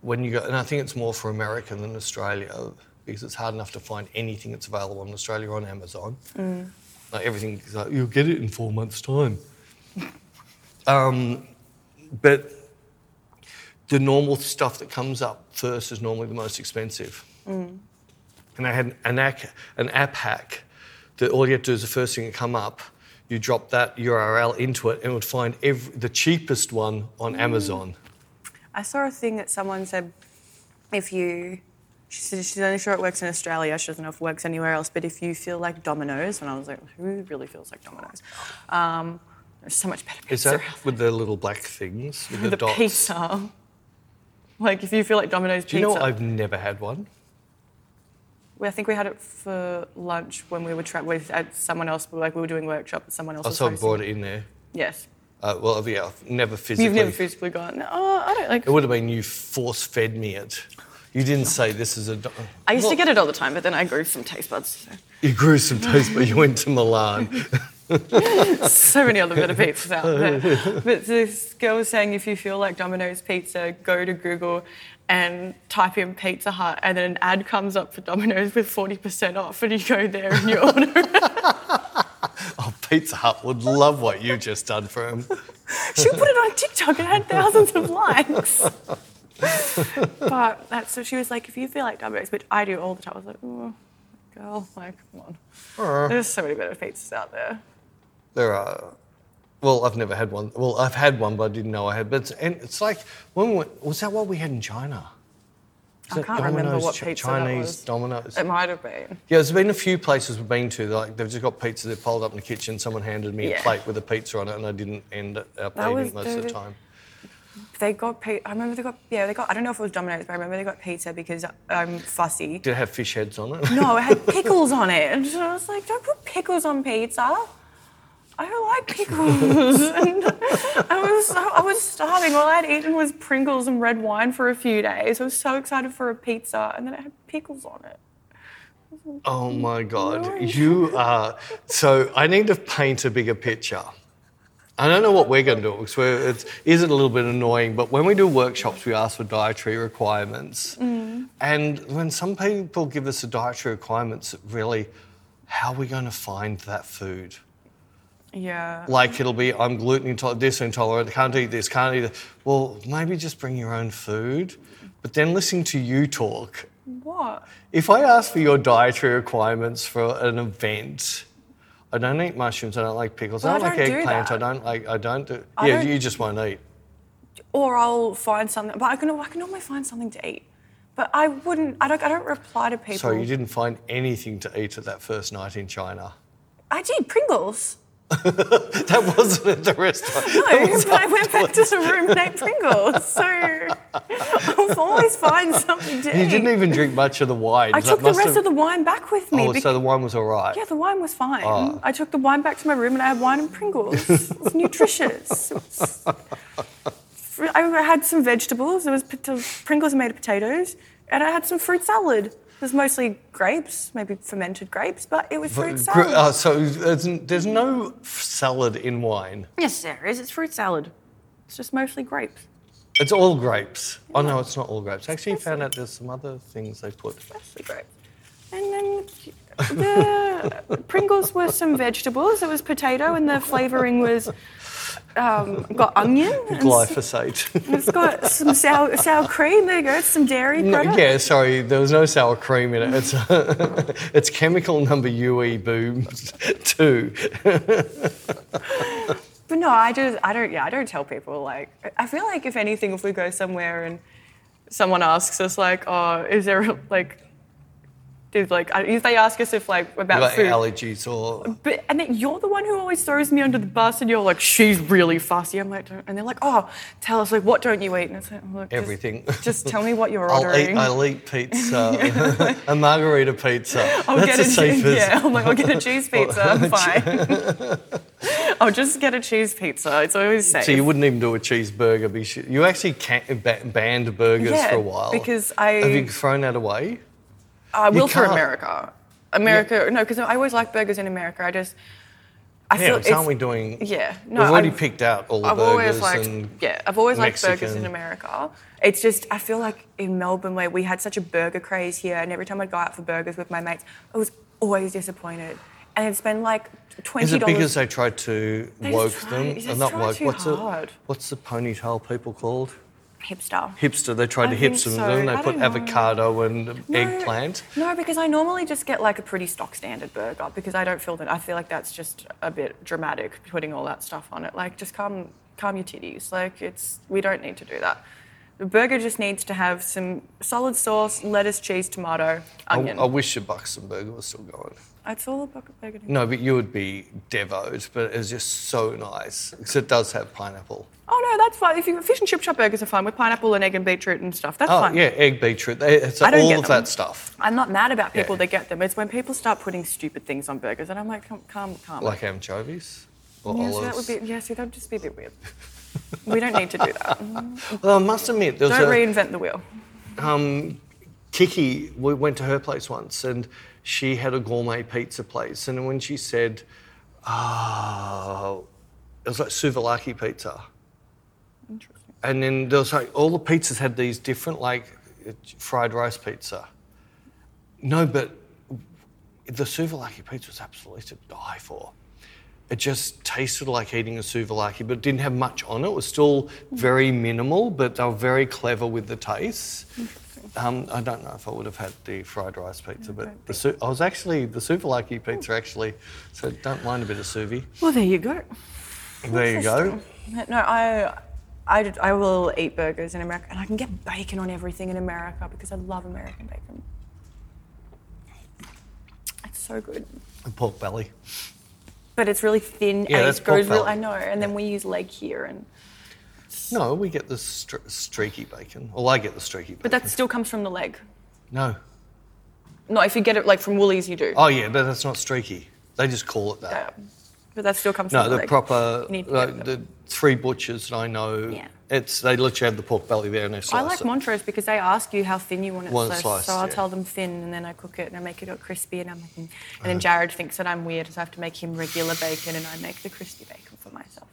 Speaker 2: when you go, and I think it's more for America than Australia because it's hard enough to find anything that's available in Australia on Amazon. Like everything, is like, you'll get it in four months' time. [LAUGHS] um, but the normal stuff that comes up first is normally the most expensive. And I had an, ac- an app hack that all you had to do is the first thing that come up, you drop that URL into it and it would find ev the cheapest one on Amazon.
Speaker 1: I saw a thing that someone said if you, she said she's only sure it works in Australia, she doesn't know if it works anywhere else, but if you feel like Dominoes, and I was like, who really feels like Dominoes? Um, there's so much better
Speaker 2: Is
Speaker 1: pizza [LAUGHS]
Speaker 2: that
Speaker 1: out
Speaker 2: with the little black things? With the,
Speaker 1: there. the
Speaker 2: dots?
Speaker 1: pizza. Like if you feel like Domino's
Speaker 2: Do you
Speaker 1: pizza.
Speaker 2: know I've never had one?
Speaker 1: We- I think we had it for lunch when we were tra- with at someone else. We were, like we were doing workshop at someone else.
Speaker 2: I
Speaker 1: was
Speaker 2: saw I
Speaker 1: hosting.
Speaker 2: brought it in there.
Speaker 1: Yes,
Speaker 2: Uh, well, yeah, I've never physically.
Speaker 1: you've never physically gone. Oh, I don't like.
Speaker 2: It would have been you force fed me it. You didn't say this is a. Do-
Speaker 1: I used to get it all the time, but then I grew some taste buds. so. [LAUGHS]
Speaker 2: You grew some taste, but you went to Milan.
Speaker 1: so many other better pizzas out there. But this girl was saying if you feel like Domino's Pizza, go to Google and type in Pizza Hut, and then an ad comes up for Domino's with 40% off, and you go there and you [LAUGHS] order it.
Speaker 2: Oh, Pizza Hut would love what you just done for him.
Speaker 1: she put it on TikTok, it had thousands of likes. but that's so she was like, if you feel like Domino's, which I do all the time, I was like, oh, girl, like, come on. There's so many better pizzas out there.
Speaker 2: There are. Well, I've never had one. Well, I've had one, but I didn't know I had. But it's, and it's like when we went, was that what we had in China? Was
Speaker 1: I
Speaker 2: that
Speaker 1: can't remember
Speaker 2: Domino's,
Speaker 1: what
Speaker 2: Ch-
Speaker 1: pizza that
Speaker 2: Chinese
Speaker 1: was. Um,
Speaker 2: Dominoes.
Speaker 1: It might have been.
Speaker 2: Yeah, there's been a few places we've been to. Like they've just got pizza. They've piled up in the kitchen. Someone handed me a
Speaker 1: Yeah.
Speaker 2: plate with a pizza on it, and I didn't end up
Speaker 1: That
Speaker 2: eating
Speaker 1: was
Speaker 2: it most of the
Speaker 1: the-
Speaker 2: time.
Speaker 1: They got pizza. I remember they got, yeah, they got, I don't know if it was Domino's, but I remember they got pizza because I'm fussy.
Speaker 2: Did it have fish
Speaker 1: [LAUGHS]
Speaker 2: heads on it?
Speaker 1: No, it had pickles on it. And I was like, don't put pickles on pizza. I don't like pickles. [LAUGHS] and I was, I was starving. All I'd eaten was Pringles and red wine for a few days. I was so excited for a pizza, and then it had pickles on it.
Speaker 2: Oh my God. You are. So I need to paint a bigger picture. I don't know what we're going to do because we're, it's, is it a little bit annoying, but when we do workshops, we ask for dietary requirements. And when some people give us the dietary requirements, really, how are we going to find that food?
Speaker 1: Yeah.
Speaker 2: Like it'll be, I'm gluten intolerant, this intolerant, can't eat this, can't eat that. Well, maybe just bring your own food. But then listening to you talk
Speaker 1: What?
Speaker 2: if I ask for your dietary requirements for an event, I don't eat mushrooms. I don't like pickles. I
Speaker 1: Well,
Speaker 2: don't,
Speaker 1: I
Speaker 2: like
Speaker 1: don't do
Speaker 2: eggplant. I
Speaker 1: that.
Speaker 2: don't like. I don't do.
Speaker 1: I
Speaker 2: yeah,
Speaker 1: don't-
Speaker 2: you just won't eat.
Speaker 1: Or I'll find something, but I can, I can normally find something to eat. But I wouldn't, I don't, I don't reply to people.
Speaker 2: So you didn't find anything to eat at that first night in China. [LAUGHS]
Speaker 1: I did Pringles.
Speaker 2: That wasn't at the restaurant.
Speaker 1: No, but [LAUGHS] I went back to the room and ate Pringles.
Speaker 2: [LAUGHS]
Speaker 1: So I'll always find something to eat.
Speaker 2: You didn't even drink much of the wine.
Speaker 1: I
Speaker 2: so
Speaker 1: took
Speaker 2: it
Speaker 1: the
Speaker 2: must
Speaker 1: rest
Speaker 2: have-
Speaker 1: of the wine back with me.
Speaker 2: Oh,
Speaker 1: bec-
Speaker 2: so the wine was all right.
Speaker 1: yeah, the wine was fine.
Speaker 2: Ah.
Speaker 1: I took the wine back to my room and I had wine and
Speaker 2: [LAUGHS]
Speaker 1: Pringles. it was nutritious. It was- I had some vegetables. There was pot- Pringles are made of potatoes, and I had some fruit salad. It was mostly grapes, maybe fermented grapes, but it was fruit
Speaker 2: Gr-
Speaker 1: salad.
Speaker 2: uh, so there's, there's no salad in wine.
Speaker 1: yes, there is. It's fruit salad. It's just mostly grapes.
Speaker 2: It's all grapes. Oh no, it's not all grapes. Actually, I found out there's some other things they put.
Speaker 1: Mostly grapes. And then the Pringles were some vegetables. It was potato, and the flavouring was um, got onion. and s-
Speaker 2: Glyphosate. [LAUGHS]
Speaker 1: It's got some sour, sour cream. There you go. It's some dairy
Speaker 2: No,
Speaker 1: product.
Speaker 2: Mm, yeah, sorry, there was no sour cream in it. It's, [LAUGHS] it's chemical number UE boom [LAUGHS] two.
Speaker 1: But no, I just I don't. Yeah, I don't tell people. Like, I feel like if anything, if we go somewhere and someone asks us, like, oh, is there like, did like, I- if they ask us if like about
Speaker 2: Like
Speaker 1: food.
Speaker 2: allergies or
Speaker 1: But and then you're the one who always throws me under the bus, and you're like, she's really fussy. I'm like, don't, and they're like, oh, tell us like, what don't you eat? And it's like, look, just-
Speaker 2: everything.
Speaker 1: Just, tell me what you're
Speaker 2: I'll eat,
Speaker 1: ordering.
Speaker 2: I'll eat pizza, [LAUGHS] a margarita pizza.
Speaker 1: [LAUGHS] I'll
Speaker 2: That's
Speaker 1: get a
Speaker 2: the
Speaker 1: cheese.
Speaker 2: safest.
Speaker 1: Yeah, I'm like, I'll
Speaker 2: [LAUGHS]
Speaker 1: get a cheese pizza. I'm fine. [LAUGHS] I'll just get a cheese pizza. It's always safe.
Speaker 2: So you wouldn't even do a cheeseburger. because You you actually can't, ba- banned burgers
Speaker 1: Yeah,
Speaker 2: for a while.
Speaker 1: because I-
Speaker 2: Have you thrown that away?
Speaker 1: I will for
Speaker 2: can't.
Speaker 1: America. America, no, because I always like burgers in America. I just, I
Speaker 2: Yeah,
Speaker 1: feel
Speaker 2: because
Speaker 1: it's,
Speaker 2: aren't we doing...
Speaker 1: yeah.
Speaker 2: We've already
Speaker 1: I've-
Speaker 2: picked out all the
Speaker 1: I've always
Speaker 2: burgers
Speaker 1: liked,
Speaker 2: and...
Speaker 1: yeah, I've always liked burgers
Speaker 2: Mexican.
Speaker 1: in America. It's just I feel like in Melbourne where we had such a burger craze here, and every time I'd go out for burgers with my mates, I was always disappointed, and it'd spend like
Speaker 2: Is
Speaker 1: twenty
Speaker 2: it because
Speaker 1: dollars.
Speaker 2: they tried to
Speaker 1: They just
Speaker 2: woke
Speaker 1: try-
Speaker 2: them?
Speaker 1: they just
Speaker 2: Uh, not
Speaker 1: try
Speaker 2: woke.
Speaker 1: too
Speaker 2: what's
Speaker 1: hard.
Speaker 2: the what's the ponytail people called?
Speaker 1: Hipster.
Speaker 2: Hipster. They tried
Speaker 1: I
Speaker 2: to
Speaker 1: think
Speaker 2: hipster them,
Speaker 1: so.
Speaker 2: didn't they?
Speaker 1: I
Speaker 2: put
Speaker 1: don't know.
Speaker 2: avocado and
Speaker 1: No,
Speaker 2: eggplant.
Speaker 1: No, because I normally just get like a pretty stock standard burger because I don't feel that I feel like that's just a bit dramatic putting all that stuff on it. Like just calm calm your titties. Like it's we don't need to do that. The burger just needs to have some solid sauce, lettuce, cheese, tomato,
Speaker 2: I,
Speaker 1: onion.
Speaker 2: I wish your Buxton burger was still going.
Speaker 1: That's all the bucket burger. needs.
Speaker 2: No, but you would be devoted. But it's just so nice because it does have pineapple.
Speaker 1: Oh no, that's fine. If you fish and chip shop burgers are fine with pineapple and egg and beetroot and stuff. That's
Speaker 2: Oh
Speaker 1: fine.
Speaker 2: yeah, egg beetroot. They, it's all
Speaker 1: I don't get
Speaker 2: of
Speaker 1: them.
Speaker 2: that stuff.
Speaker 1: I'm not mad about people
Speaker 2: Yeah.
Speaker 1: that get them. It's when people start putting stupid things on burgers, and I'm like, calm, calm, calm.
Speaker 2: Like anchovies or
Speaker 1: Yeah,
Speaker 2: olives.
Speaker 1: so that would be yeah. See, that would just be a bit weird. we don't need to do
Speaker 2: [LAUGHS]
Speaker 1: that.
Speaker 2: Well, I must admit, there was
Speaker 1: Don't
Speaker 2: a,
Speaker 1: reinvent the wheel.
Speaker 2: um, Kiki, we went to her place once and she had a gourmet pizza place. And when she said, oh, it was like souvlaki pizza.
Speaker 1: Interesting.
Speaker 2: And then there was like all the pizzas had these different like fried rice pizza. No, but the souvlaki pizza was absolutely to die for. It just tasted like eating a souvlaki, but it didn't have much on it. It was still very minimal, but they were very clever with the taste. Um, I don't know if I would have had the fried rice pizza, but the su- I was actually the souvlaki pizza actually, so don't mind a bit of suvi.
Speaker 1: Well, there you go.
Speaker 2: There you go.
Speaker 1: No, I, I, did- I will eat burgers in America, and I can get bacon on everything in America because I love American bacon. It's so good,
Speaker 2: And pork belly.
Speaker 1: but it's really thin
Speaker 2: Yeah,
Speaker 1: and
Speaker 2: that's
Speaker 1: it
Speaker 2: pork
Speaker 1: goes real.
Speaker 2: belly.
Speaker 1: I know, and then we use leg here, and
Speaker 2: No, we get the str- streaky bacon. Well, I get the streaky bacon.
Speaker 1: but that still comes from the leg.
Speaker 2: no.
Speaker 1: No, if you get it like from Woolies, you do.
Speaker 2: Oh yeah, but that's not streaky. They just call it that.
Speaker 1: Yeah. But that still comes
Speaker 2: No,
Speaker 1: from the
Speaker 2: the
Speaker 1: leg.
Speaker 2: proper,
Speaker 1: You need to
Speaker 2: like,
Speaker 1: get
Speaker 2: the three butchers that I know,
Speaker 1: Yeah.
Speaker 2: it's they literally have the pork belly there and they slice
Speaker 1: I like
Speaker 2: it.
Speaker 1: Montrose because they ask you how thin you want it
Speaker 2: Want it
Speaker 1: sliced.
Speaker 2: sliced,
Speaker 1: so I'll
Speaker 2: yeah.
Speaker 1: tell them thin, and then I cook it and I make it all crispy. And I'm like, mm. and
Speaker 2: Uh-huh.
Speaker 1: then Jared thinks that I'm weird, so I have to make him regular bacon, and I make the crispy bacon for myself.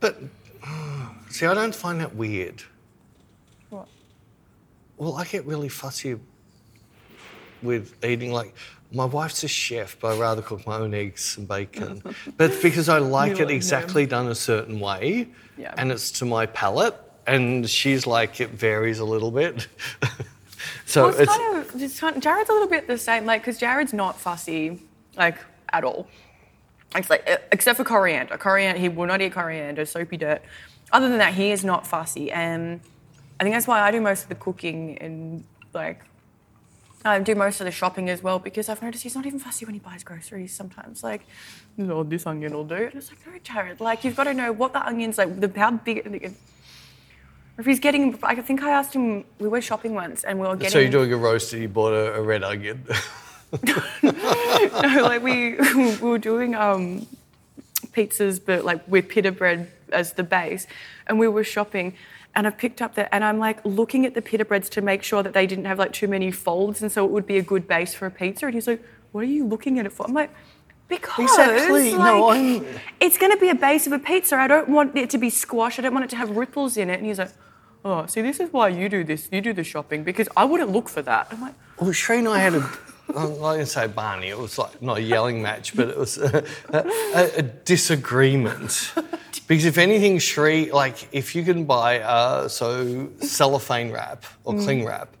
Speaker 2: But [GASPS] see, I don't find that weird.
Speaker 1: What?
Speaker 2: Well, I get really fussy with eating. Like, my wife's a chef, but I rather cook my own eggs
Speaker 1: [LAUGHS]
Speaker 2: and bacon. but because I like
Speaker 1: You
Speaker 2: it
Speaker 1: like
Speaker 2: exactly done a certain way,
Speaker 1: Yeah.
Speaker 2: and it's to my palate, and she's like, it varies a little bit. [LAUGHS] so
Speaker 1: Well, it's, kind of it's kind Jared's a little bit the same, like because Jared's not fussy, like at all. It's like eh, except for coriander. Coriander, he will not eat coriander, soapy dirt. Other than that, he is not fussy, and I think that's why I do most of the cooking and like I do most of the shopping as well because I've noticed he's not even fussy when he buys groceries. Sometimes like, oh, this onion will do. And it's like, no, Jared, like you've got to know what the onion's like, the how big. If he's getting, I think I asked him. We were shopping once, and we were getting.
Speaker 2: so you're doing a roast and you bought a, a red onion.
Speaker 1: no, [LAUGHS] like we, we were doing um, pizzas, but like with pita bread as the base, and we were shopping. And I picked up the, and I'm like looking at the pita breads to make sure that they didn't have like too many folds, and so it would be a good base for a pizza. And he's like, "What are you looking at it for?" I'm like, "Because
Speaker 2: Exactly.
Speaker 1: like,
Speaker 2: No, I'm-
Speaker 1: it's going to be a base of a pizza. I don't want it to be squash. I don't want it to have ripples in it." And he's like, "Oh, see, this is why you do this. You do the shopping because I wouldn't look for that." I'm like,
Speaker 2: Well, Shreen and I had a, I'm not going to say Barney, it was like not a yelling match, but it was a, a, a disagreement. Because if anything, Shree, like if you can buy, uh, so cellophane wrap or cling wrap,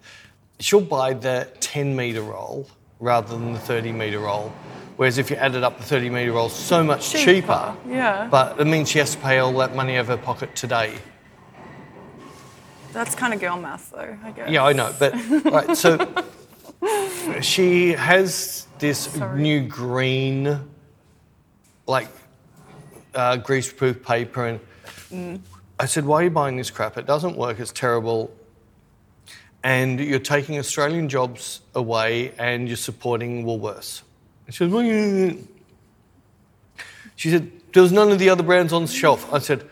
Speaker 2: she'll buy the 10 metre roll rather than the 30 metre roll. Whereas if you added up the 30 metre roll, so much cheaper.
Speaker 1: Cheaper, yeah.
Speaker 2: But it means she has to pay all that money out of her pocket today.
Speaker 1: "That's kind of girl math, though." I guess.
Speaker 2: Yeah, I know.
Speaker 1: [LAUGHS]
Speaker 2: But right, so she has this
Speaker 1: Sorry.
Speaker 2: new green, like uh, greaseproof paper, and I said, "Why are you buying this crap? It doesn't work. It's terrible." And you're taking Australian jobs away, and you're supporting Woolworths. And she said, "Well, you- she said, there was none of the other brands on the shelf. I said,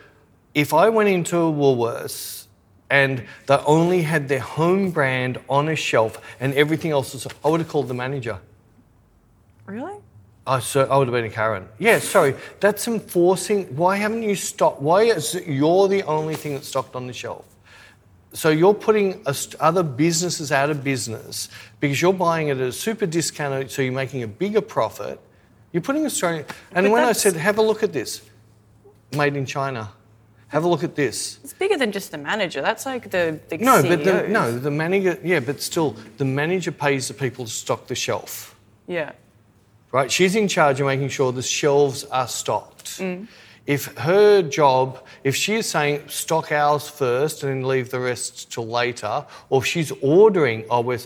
Speaker 2: if I went into a Woolworths and they only had their home brand on a shelf and everything else was, I would have called the manager.
Speaker 1: Really?
Speaker 2: I, Oh, so, I would have been a Karen. Yeah, sorry. That's enforcing. Why haven't you stopped? Why is it you're the only thing that's stocked on the shelf? So you're putting a st- other businesses out of business because you're buying it at a super discount, so you're making a bigger profit. You're putting Australian. And
Speaker 1: But
Speaker 2: when I
Speaker 1: that's-
Speaker 2: said, have a look at this, made in China. Have a look at this.
Speaker 1: It's bigger than just the manager. That's like the, E the
Speaker 2: No, but the,
Speaker 1: CEOs.
Speaker 2: no, the manager. Yeah, but still, the manager pays the people to stock the shelf.
Speaker 1: Yeah.
Speaker 2: right? She's in charge of making sure the shelves are stocked.
Speaker 1: Mm.
Speaker 2: If her job, if she is saying stock ours first and then leave the rest till later, or if she's ordering, oh, we're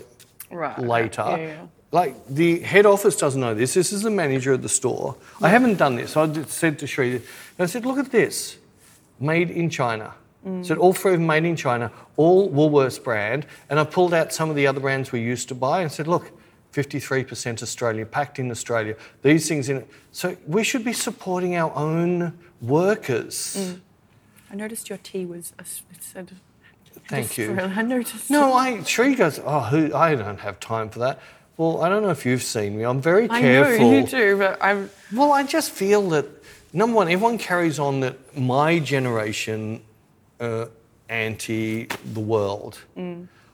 Speaker 1: Right,
Speaker 2: later.
Speaker 1: yeah, yeah.
Speaker 2: Like the head office doesn't know this. This is the manager of the store. I haven't done this. I did- said to Sri, and I said, look at this, made in China.
Speaker 1: Mm.
Speaker 2: Said all three of them made in China, all Woolworths brand, and I pulled out some of the other brands we used to buy and said, look, 53% Australia, packed in Australia, these things in it. So we should be supporting our own workers.
Speaker 1: Mm. I noticed your tea was. a s- It said.
Speaker 2: Thank you.
Speaker 1: [LAUGHS] I noticed.
Speaker 2: No, I Sri goes, oh, who, I don't have time for that. Well, I don't know if you've seen me. I'm
Speaker 1: [LAUGHS]
Speaker 2: very
Speaker 1: I
Speaker 2: careful.
Speaker 1: know you do, but I'm.
Speaker 2: Well, I just feel that number one, everyone carries on that my generation uh, anti the world.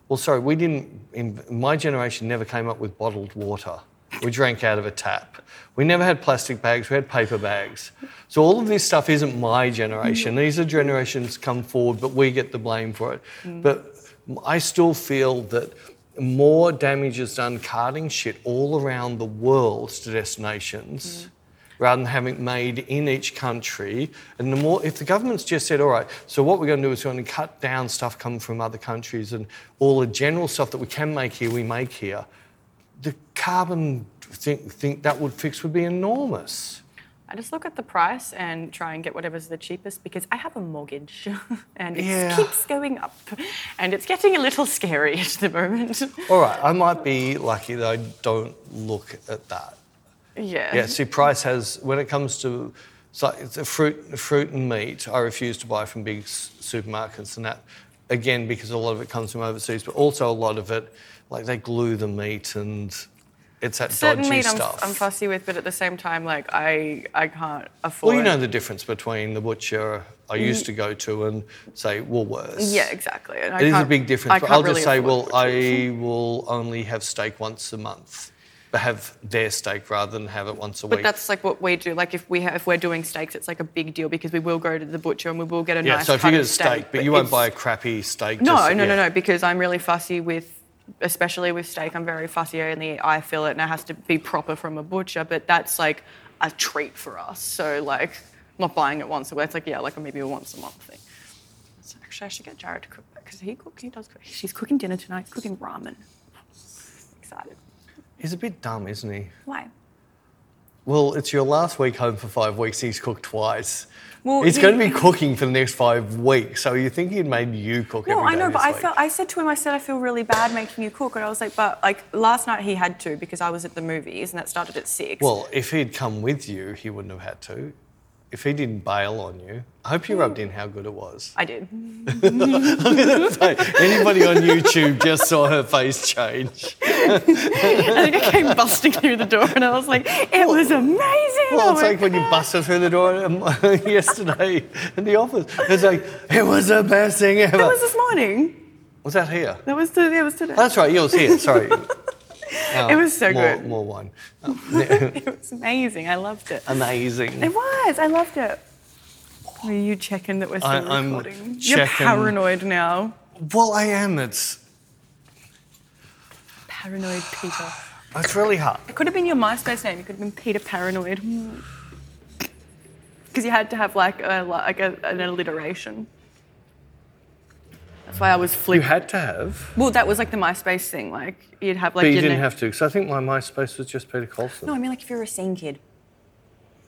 Speaker 2: Well, sorry, we didn't. In, my generation never came up with bottled water. We drank out of a tap. We never had plastic bags. We had paper bags. So all of this stuff isn't my generation. These are generations come forward, but we get the blame for it. But I still feel that more damage is done carting shit all around the world to destinations rather than having it made in each country. And the more, if the government's just said, all right, so what we're going to do is we're going to cut down stuff coming from other countries and all the general stuff that we can make here, we make here, the carbon think, think that would fix would be enormous.
Speaker 1: I just look at the price and try and get whatever's the cheapest because I have a mortgage [LAUGHS] and it
Speaker 2: Yeah.
Speaker 1: keeps going up and it's getting a little scary [LAUGHS] at the moment.
Speaker 2: All right, I might be lucky that I don't look at that.
Speaker 1: yeah.
Speaker 2: Yeah, see, price has when it comes to it's like it's a fruit, fruit and meat. I refuse to buy from big s- supermarkets and that again because a lot of it comes from overseas, but also a lot of it like they glue the meat and it's that
Speaker 1: Certain
Speaker 2: dodgy
Speaker 1: meat I'm,
Speaker 2: stuff.
Speaker 1: I'm fussy with, but at the same time, like I, I can't afford.
Speaker 2: well, you know the difference between the butcher I used to go to and say Woolworths.
Speaker 1: Mm. Yeah, exactly. And I
Speaker 2: It is a
Speaker 1: can't-
Speaker 2: big
Speaker 1: I
Speaker 2: difference. But
Speaker 1: can't
Speaker 2: I'll
Speaker 1: really
Speaker 2: just say,
Speaker 1: afford
Speaker 2: well,
Speaker 1: butchers.
Speaker 2: I will only have steak once a month, but have their steak rather than have it once a
Speaker 1: But
Speaker 2: week.
Speaker 1: that's like what we do. Like if we have, if we're doing steaks, it's like a big deal because we will go to the butcher and we will get a
Speaker 2: yeah,
Speaker 1: nice.
Speaker 2: so if
Speaker 1: cut
Speaker 2: you get a
Speaker 1: of
Speaker 2: steak, but you won't buy a crappy steak.
Speaker 1: No,
Speaker 2: just-
Speaker 1: no, no,
Speaker 2: yeah.
Speaker 1: no, because I'm really fussy with, especially with steak, I'm very fussy in the eye fillet and it has to be proper from a butcher, but that's like a treat for us. So, like, not buying it once a week. It's like, yeah, like maybe a once a month thing. So, actually, I should get Jared to cook that because he cooks, he does cook. She's cooking dinner tonight, cooking ramen. Excited.
Speaker 2: He's a bit dumb, isn't he?
Speaker 1: Why?
Speaker 2: Well, it's your last week home for five weeks. He's cooked twice.
Speaker 1: Well,
Speaker 2: he's
Speaker 1: he-
Speaker 2: going to be cooking for the next five weeks. So you think he'd made you cook
Speaker 1: No,
Speaker 2: every
Speaker 1: Oh, I
Speaker 2: day
Speaker 1: know, but
Speaker 2: this
Speaker 1: I
Speaker 2: week.
Speaker 1: felt I said to him, I said I feel really bad making you cook, and I was like, but like last night he had to because I was at the movies and that started at six.
Speaker 2: Well, if he'd come with you, he wouldn't have had to. If he didn't bail on you, I hope you rubbed in how good it [LAUGHS] was.
Speaker 1: I did. [LAUGHS]
Speaker 2: Like, anybody on YouTube just saw her face change.
Speaker 1: I think I came busting through the door, and I was like, it was amazing.
Speaker 2: Well,
Speaker 1: Oh
Speaker 2: it's
Speaker 1: my
Speaker 2: like when you
Speaker 1: God.
Speaker 2: busted through the door um, [LAUGHS] yesterday in the office. It's like, it was the best thing ever.
Speaker 1: That was this morning.
Speaker 2: was that here?
Speaker 1: That was today. That was today.
Speaker 2: That's right, yours here,
Speaker 1: [LAUGHS]
Speaker 2: sorry.
Speaker 1: it was so
Speaker 2: more,
Speaker 1: good.
Speaker 2: More wine.
Speaker 1: It was amazing. I loved it. It
Speaker 2: Amazing.
Speaker 1: was. I loved it. Are you checking that we're still
Speaker 2: I- I'm
Speaker 1: recording? You're
Speaker 2: checking.
Speaker 1: paranoid now.
Speaker 2: Well, I am. It's
Speaker 1: Paranoid Peter.
Speaker 2: it's really hard.
Speaker 1: It could have been your MySpace name. You could have been Peter Paranoid. [LAUGHS] Because you had to have like a, like a, an alliteration. That's why I was
Speaker 2: You
Speaker 1: flipped.
Speaker 2: had to have.
Speaker 1: Well, that was like the MySpace thing. Like you'd have like
Speaker 2: But you
Speaker 1: your
Speaker 2: didn't
Speaker 1: name-
Speaker 2: have to, because I think my MySpace was just Peter Colson.
Speaker 1: No, I mean like if you're a scene kid.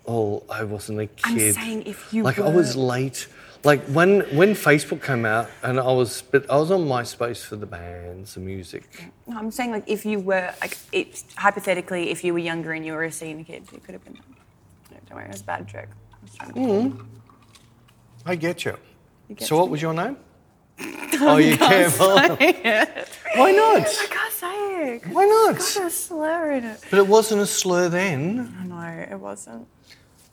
Speaker 2: Oh, I wasn't a kid.
Speaker 1: I'm saying if you
Speaker 2: like I
Speaker 1: were-
Speaker 2: was late. Like when when Facebook came out, and I was but I was on MySpace for the bands, the music.
Speaker 1: No, I'm saying like if you were like it, hypothetically, if you were younger and you were a scene kid, it could have been. No, don't worry, it was a bad joke. I was trying to-
Speaker 2: I get you.
Speaker 1: You get
Speaker 2: so what was
Speaker 1: [LAUGHS]
Speaker 2: your name? oh, you careful. Why
Speaker 1: I
Speaker 2: not?
Speaker 1: can't say it. 'cause
Speaker 2: Why
Speaker 1: It's
Speaker 2: not?
Speaker 1: got a slur in it.
Speaker 2: But it wasn't a slur then.
Speaker 1: No, it wasn't.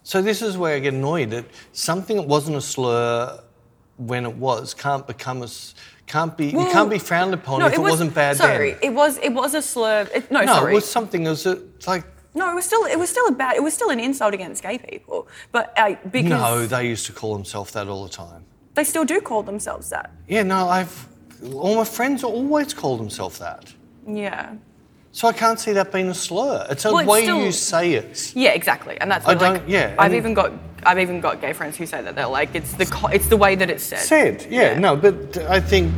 Speaker 2: So this is where I get annoyed that something that wasn't a slur when it was can't become a s- can't be you can't be frowned upon if it,
Speaker 1: was,
Speaker 2: was, not bad
Speaker 1: Sorry,
Speaker 2: then.
Speaker 1: it was it was a slur. It, no,
Speaker 2: No,
Speaker 1: sorry.
Speaker 2: it was something. It was a, it's like
Speaker 1: no, it was still it was still a bad. It was still an insult against gay people. But uh, because
Speaker 2: no, they used to call themselves that all the time.
Speaker 1: they still do call themselves that.
Speaker 2: Yeah, no, I've all my friends always call themselves that.
Speaker 1: Yeah.
Speaker 2: So I can't see that being a slur. It's a
Speaker 1: Well, it's
Speaker 2: way
Speaker 1: still-
Speaker 2: you say it.
Speaker 1: Yeah, exactly, and that's
Speaker 2: I
Speaker 1: what, like,
Speaker 2: don't- yeah,
Speaker 1: I've
Speaker 2: and-
Speaker 1: even got I've even got gay friends who say that they're like it's the co- it's the way that it's said.
Speaker 2: Said, yeah,
Speaker 1: Yeah.
Speaker 2: no, but I think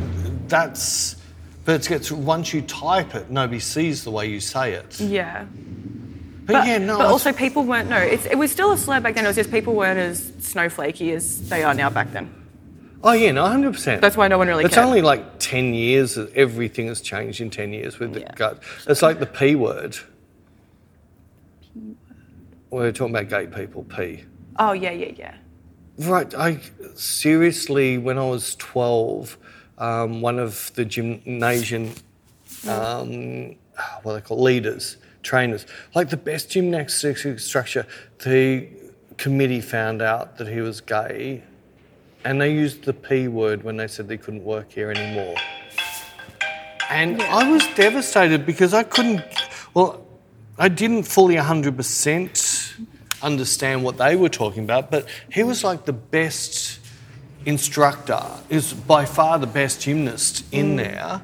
Speaker 2: that's. But it's, it's once you type it, nobody sees the way you say it.
Speaker 1: Yeah,
Speaker 2: But,
Speaker 1: but,
Speaker 2: yeah, no.
Speaker 1: but
Speaker 2: I-
Speaker 1: also people weren't no, it's, it was still a slur back then. It was just people weren't as snowflakey as they are now back then.
Speaker 2: Oh yeah, no, hundred percent.
Speaker 1: That's why no one really
Speaker 2: It's
Speaker 1: cared.
Speaker 2: only like ten years. that Everything has changed in ten years with
Speaker 1: Yeah.
Speaker 2: the gut. It's like the P word. We We're talking about gay people. P.
Speaker 1: Oh yeah, yeah, yeah.
Speaker 2: Right. I seriously, when I was twelve, um, one of the gymnasium um, ah, what they call leaders, trainers, like the best gymnastics instructor. The committee found out that he was gay, and they used the p word when they said they couldn't work here anymore. And I was devastated because I couldn't, well, I didn't fully 100% understand what they were talking about, but he was like the best instructor, is by far the best gymnast in there.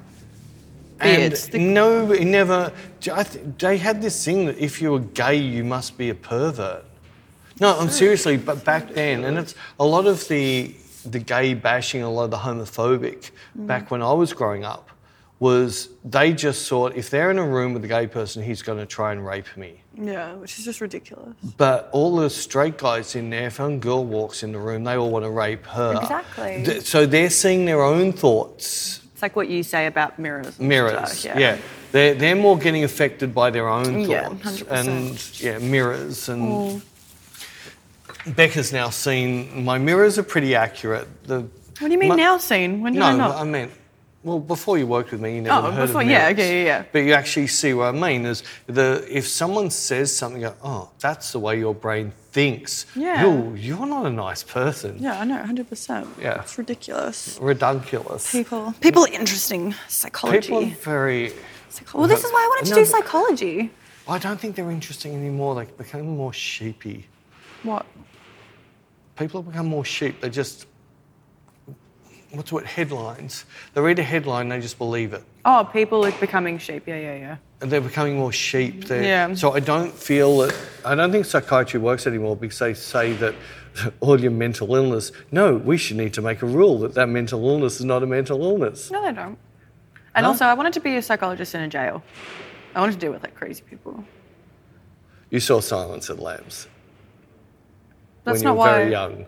Speaker 2: And
Speaker 4: it's the-
Speaker 2: no, it never, I th- they had this thing that if you were gay, you must be a pervert. No, I'm seriously, but back then, and it's a lot of the the gay bashing, a lot of the homophobic back when I was growing up, was they just thought if they're in a room with a gay person, he's going to try and rape me.
Speaker 1: Yeah, which is just ridiculous.
Speaker 2: But all the straight guys in there, if a girl walks in the room, they all want to rape her.
Speaker 1: Exactly.
Speaker 2: Th- so they're seeing their own thoughts
Speaker 4: It's like what you say about mirrors. and
Speaker 2: mirrors.
Speaker 4: stuff,
Speaker 2: yeah. They're, they're more getting affected by their own
Speaker 1: Yeah,
Speaker 2: thoughts
Speaker 1: 100%.
Speaker 2: and yeah, mirrors and Becca's now seen my mirrors are pretty accurate. The
Speaker 1: What do you mean
Speaker 2: my-
Speaker 1: now, scene? When did
Speaker 2: No,
Speaker 1: I not?
Speaker 2: I meant well before you worked with me, you never
Speaker 1: Oh,
Speaker 2: heard
Speaker 1: before-
Speaker 2: of
Speaker 1: yeah,
Speaker 2: mirrors.
Speaker 1: okay, yeah, yeah.
Speaker 2: But you actually see what I mean is the if someone says something, you go, oh, that's the way your brain thinks.
Speaker 1: Yeah.
Speaker 2: You're, you're not a nice person.
Speaker 1: yeah, I know, 100%.
Speaker 2: Yeah.
Speaker 1: It's ridiculous.
Speaker 2: Redunculous.
Speaker 1: People, people are interesting. Psychology.
Speaker 2: People are very.
Speaker 1: Psycho- well, this is why I wanted to
Speaker 2: No,
Speaker 1: do
Speaker 2: but-
Speaker 1: psychology.
Speaker 2: I don't think they're interesting anymore. They become more sheepy.
Speaker 1: What?
Speaker 2: people have become more sheep. They just, what's what, headlines. They read a headline, they just believe it.
Speaker 1: Oh, people are becoming sheep. Yeah, yeah, yeah.
Speaker 2: And they're becoming more sheep. They're,
Speaker 1: Yeah.
Speaker 2: So I don't feel that, I don't think psychiatry works anymore because they say that [LAUGHS] all your mental illness, no, we should need to make a rule that that mental illness is not a mental illness.
Speaker 1: No, they don't. And
Speaker 2: No?
Speaker 1: also, I wanted to be a psychologist in a jail. I wanted to deal with like crazy people.
Speaker 2: You saw Silence at Lambs
Speaker 1: That's
Speaker 2: when you
Speaker 1: not
Speaker 2: were
Speaker 1: why.
Speaker 2: very young.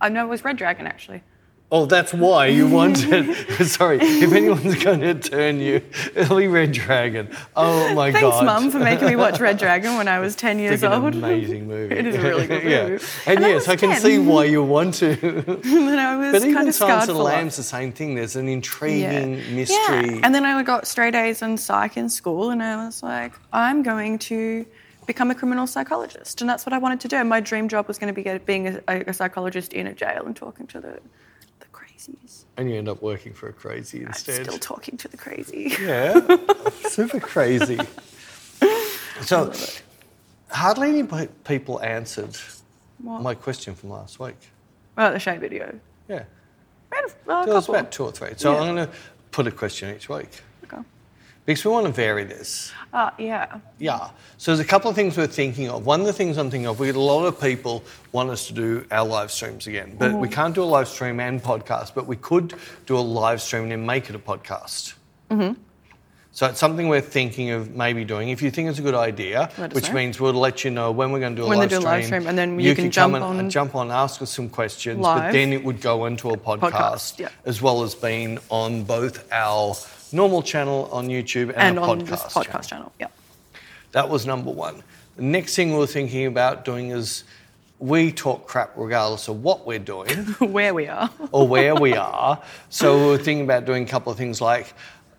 Speaker 1: I know it was Red Dragon actually.
Speaker 2: Oh, that's why you
Speaker 1: [LAUGHS]
Speaker 2: wanted. [LAUGHS] Sorry, if anyone's going to turn you, it'll be Red Dragon. Oh my
Speaker 1: Thanks,
Speaker 2: God.
Speaker 1: Mum, for making me watch
Speaker 2: [LAUGHS]
Speaker 1: Red Dragon when I was 10 years
Speaker 2: It's an
Speaker 1: old. [LAUGHS]
Speaker 2: amazing movie.
Speaker 1: It is a really good
Speaker 2: [LAUGHS] yeah.
Speaker 1: movie.
Speaker 2: And,
Speaker 1: And I
Speaker 2: yes,
Speaker 1: was
Speaker 2: I, can see
Speaker 1: 10.
Speaker 2: why you want to.
Speaker 1: and then I was
Speaker 2: But
Speaker 1: kind
Speaker 2: even
Speaker 1: of scarred
Speaker 2: Silence
Speaker 1: for
Speaker 2: of the Lambs, the same thing. There's an intriguing mystery.
Speaker 1: And then I got straight A's in psych in school, and I was like, I'm going to become a criminal psychologist, and that's what I wanted to do. My dream job was going to be get, being a, a psychologist in a jail and talking to the the crazies.
Speaker 2: and you end up working for a crazy instead.
Speaker 1: Still talking to the crazy. [LAUGHS]
Speaker 2: yeah, super crazy. So, hardly any pe- people answered
Speaker 1: What?
Speaker 2: my question from last week.
Speaker 1: Well, the show video.
Speaker 2: Yeah,
Speaker 1: We had a- a
Speaker 2: there was
Speaker 1: couple.
Speaker 2: about two or three. So
Speaker 1: Yeah.
Speaker 2: I'm going to put a question each week
Speaker 1: Okay.
Speaker 2: because we want to vary this.
Speaker 1: Uh, yeah.
Speaker 2: Yeah. So there's a couple of things we're thinking of. One of the things I'm thinking of, we get a lot of people want us to do our live streams again, but
Speaker 1: Mm-hmm.
Speaker 2: we can't do a live stream and podcast, but we could do a live stream and then make it a podcast.
Speaker 1: Mm-hmm.
Speaker 2: So it's something we're thinking of maybe doing. If you think it's a good idea,
Speaker 1: Let us
Speaker 2: which
Speaker 1: know.
Speaker 2: means we'll let you know when we're going to do a,
Speaker 1: When they
Speaker 2: live,
Speaker 1: do a
Speaker 2: stream.
Speaker 1: live stream, and then you can
Speaker 2: come
Speaker 1: jump
Speaker 2: and-
Speaker 1: on-
Speaker 2: and jump on, ask us some questions, but
Speaker 1: Live.
Speaker 2: then it would go into a podcast,
Speaker 1: yeah.
Speaker 2: as well as being on both our normal channel on YouTube and,
Speaker 1: And
Speaker 2: our
Speaker 1: on
Speaker 2: podcast
Speaker 1: this podcast channel. Yeah.
Speaker 2: that was number one. The next thing we were thinking about doing is we talk crap regardless of what we're doing
Speaker 1: [LAUGHS] Where we are.
Speaker 2: or
Speaker 1: [LAUGHS]
Speaker 2: where we are. So we were thinking about doing a couple of things like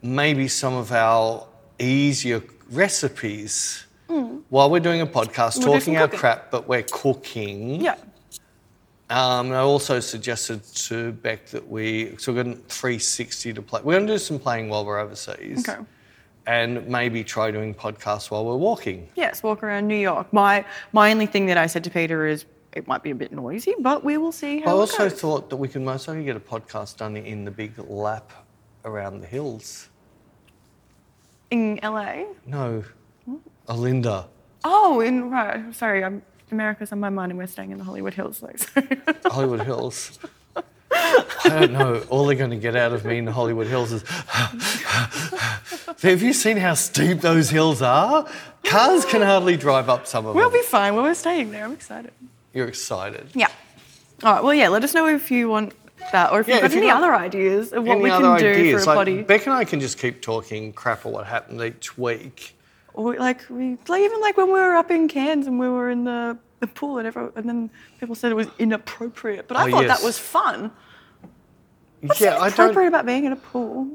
Speaker 2: maybe some of our easier recipes while we're doing a podcast,
Speaker 1: Hmm. We'll do
Speaker 2: talking
Speaker 1: some
Speaker 2: our
Speaker 1: cooking.
Speaker 2: crap, but we're cooking.
Speaker 1: Yeah.
Speaker 2: Um, and I also suggested to Beck that we so we're going 360 to play. We're going to do some playing while we're overseas.
Speaker 1: Okay.
Speaker 2: And maybe try doing podcasts while we're walking.
Speaker 1: Yes, walk around New York. My my only thing that I said to Peter is it might be a bit noisy, but we will see
Speaker 2: I
Speaker 1: how it
Speaker 2: also
Speaker 1: goes.
Speaker 2: thought that we could most likely get a podcast done in the big lap around the hills.
Speaker 1: in LA.
Speaker 2: No,
Speaker 1: Hmm?
Speaker 2: Alinda.
Speaker 1: Oh, in right. Sorry, I'm, America's on my mind, and we're staying in the Hollywood Hills, though. so- [LAUGHS]
Speaker 2: Hollywood Hills. I don't know. All they're going to get out of me in the Hollywood Hills is. [LAUGHS] Have you seen how steep those hills are? Cars can hardly drive up some of
Speaker 1: we'll
Speaker 2: them.
Speaker 1: be fine. Well, we're staying there. I'm excited.
Speaker 2: You're excited.
Speaker 1: Yeah. All right. Well, yeah. Let us know if you want that, or if
Speaker 2: Yeah,
Speaker 1: you've got
Speaker 2: if you
Speaker 1: any
Speaker 2: got
Speaker 1: other ideas of what
Speaker 2: Any
Speaker 1: we
Speaker 2: other
Speaker 1: can do
Speaker 2: ideas?
Speaker 1: for a
Speaker 2: Like,
Speaker 1: body.
Speaker 2: Beck and I can just keep talking crap or what happened each week.
Speaker 1: Or, like we, like even like when we were up in Cairns and we were in the, the pool, and everyone, and then people said it was inappropriate. But I
Speaker 2: Oh,
Speaker 1: thought
Speaker 2: yes.
Speaker 1: that was fun.
Speaker 2: yeah, I
Speaker 1: Inappropriate
Speaker 2: don't.
Speaker 1: about being in a pool.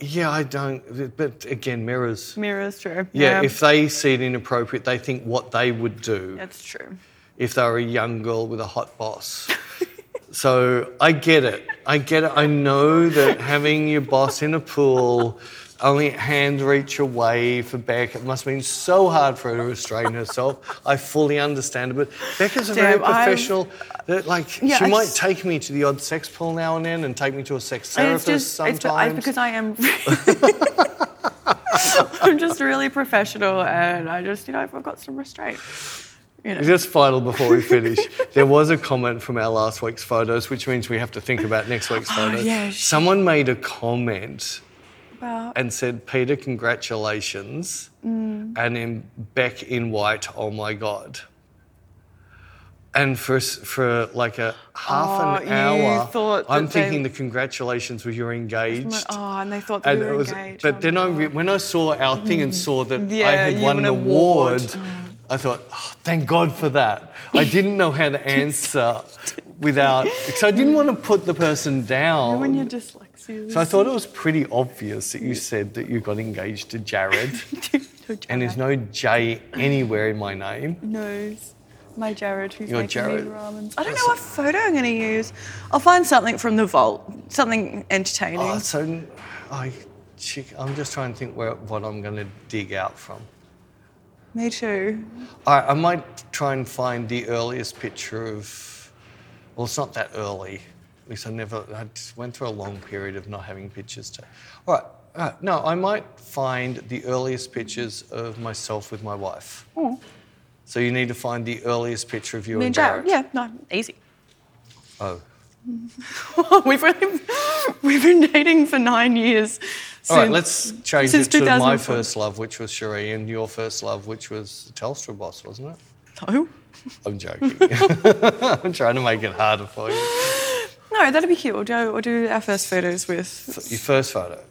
Speaker 2: Yeah, I don't. But again, mirrors.
Speaker 1: Mirrors, true.
Speaker 2: Yeah, if they see it inappropriate, they think what they would do
Speaker 1: that's true.
Speaker 2: if they were a young girl with a hot boss. [LAUGHS] so I get it. I get it. I know that having your boss in a pool only a hand reach away for Beck, it must have been so hard for her to restrain herself. I fully understand it. But Becca's a very
Speaker 1: Damn, I've-
Speaker 2: professional. That, like,
Speaker 1: Yeah,
Speaker 2: she
Speaker 1: I
Speaker 2: might
Speaker 1: just-
Speaker 2: take me to the odd sex pool now and then and take me to a sex
Speaker 1: And
Speaker 2: therapist
Speaker 1: it's
Speaker 2: sometimes.
Speaker 1: be- I- because I am. [LAUGHS] I'm
Speaker 2: [LAUGHS]
Speaker 1: just really professional, and I just, you know, I've got some restraint. You know.
Speaker 2: Just final before we finish, there was a comment from our last week's photos, which means we have to think about next week's photos.
Speaker 1: yeah, sh-
Speaker 2: Someone made a comment
Speaker 1: Well,
Speaker 2: and said, Peter, congratulations.
Speaker 1: Mm.
Speaker 2: And then Beck in white, oh my God. And for, s- for like a half
Speaker 1: Oh,
Speaker 2: an
Speaker 1: you
Speaker 2: hour,
Speaker 1: thought that
Speaker 2: I'm
Speaker 1: they-
Speaker 2: thinking the congratulations were you're engaged.
Speaker 1: oh, and they thought that
Speaker 2: And
Speaker 1: we
Speaker 2: it
Speaker 1: were
Speaker 2: was,
Speaker 1: engaged.
Speaker 2: but
Speaker 1: Oh,
Speaker 2: then
Speaker 1: no.
Speaker 2: I re- when I saw our thing and saw that I
Speaker 1: Yeah,
Speaker 2: had
Speaker 1: you won an
Speaker 2: won an award,
Speaker 1: award. Mm.
Speaker 2: I thought, "Oh, thank God for that. I didn't know
Speaker 1: [LAUGHS]
Speaker 2: how to answer without, because I didn't want to put the person down.
Speaker 1: when you're dyslexia.
Speaker 2: so
Speaker 1: [LAUGHS]
Speaker 2: I thought it was pretty obvious that you said that you got engaged to Jared, and there's no J anywhere in my name.
Speaker 1: knows my Jared who's
Speaker 2: Your
Speaker 1: making
Speaker 2: Jared.
Speaker 1: me ramens. I don't know what photo I'm going to use. I'll find something from the vault, something entertaining.
Speaker 2: Oh, so I, chick, I'm just trying to think where, what I'm going to dig out from.
Speaker 1: Me too.
Speaker 2: I, I might try and find the earliest picture of. Well, it's not that early. At least I never. I just went through a long period of not having pictures. To, all right. all right, no, I might find the earliest pictures of myself with my wife.
Speaker 1: Oh.
Speaker 2: So you need to find the earliest picture of you
Speaker 1: Me
Speaker 2: and
Speaker 1: and
Speaker 2: Jared.
Speaker 1: Jared. Yeah, no, easy.
Speaker 2: Oh.
Speaker 1: [LAUGHS] we've really, we've been dating for nine years.
Speaker 2: All right, let's change
Speaker 1: since
Speaker 2: it to my
Speaker 1: 2004.
Speaker 2: first love, which was Cherie, and your first love, which was the Telstra boss, wasn't
Speaker 1: [LAUGHS]
Speaker 2: it?
Speaker 1: No,
Speaker 2: I'm joking. [LAUGHS] I'm trying to make it harder for you.
Speaker 1: no, that'd be cute. We'll do, we'll do our first photos with.
Speaker 2: Your first photo.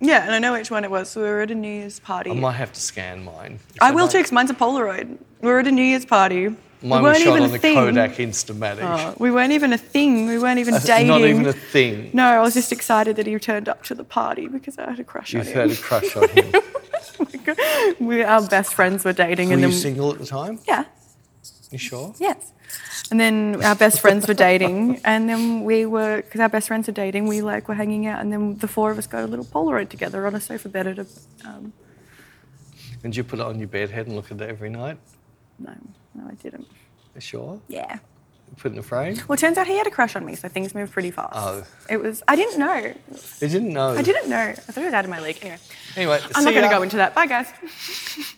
Speaker 1: Yeah, and I know which one it was. So we were at a New Year's party.
Speaker 2: I might have to scan mine.
Speaker 1: I will
Speaker 2: might-
Speaker 1: too, 'cause mine's a Polaroid. We were at a New Year's party.
Speaker 2: Mine
Speaker 1: we
Speaker 2: was
Speaker 1: weren't
Speaker 2: shot
Speaker 1: even
Speaker 2: on
Speaker 1: a
Speaker 2: the
Speaker 1: thing.
Speaker 2: Kodak Instamatic. [LAUGHS]
Speaker 1: Oh, we weren't even a thing. We weren't even
Speaker 2: That's
Speaker 1: dating.
Speaker 2: [LAUGHS] Not even a thing.
Speaker 1: No, I was just excited that he turned up to the party because I had a crush
Speaker 2: You
Speaker 1: on
Speaker 2: had
Speaker 1: him.
Speaker 2: a crush
Speaker 1: [LAUGHS]
Speaker 2: on him.
Speaker 1: we, our best friends were dating,
Speaker 2: Were
Speaker 1: and
Speaker 2: you
Speaker 1: then
Speaker 2: single at the time?
Speaker 1: yeah,
Speaker 2: You sure?
Speaker 1: yes. And then our best friends were dating, and then we were because our best friends were dating. We like were hanging out, and then the four of us got a little Polaroid together on a sofa bed at a um,
Speaker 2: And you put it on your bed head and look at it every night?
Speaker 1: no, no, I didn't.
Speaker 2: You sure?
Speaker 1: Yeah.
Speaker 2: Put it in a frame?
Speaker 1: Well, it turns out he had a crush on me, so things moved pretty fast.
Speaker 2: Oh.
Speaker 1: It was I didn't know.
Speaker 2: I didn't know.
Speaker 1: I didn't know. I thought it was out of my league. Anyway,
Speaker 2: Anyway,
Speaker 1: I'm
Speaker 2: see
Speaker 1: not going
Speaker 2: ya.
Speaker 1: to go into that. Bye, guys.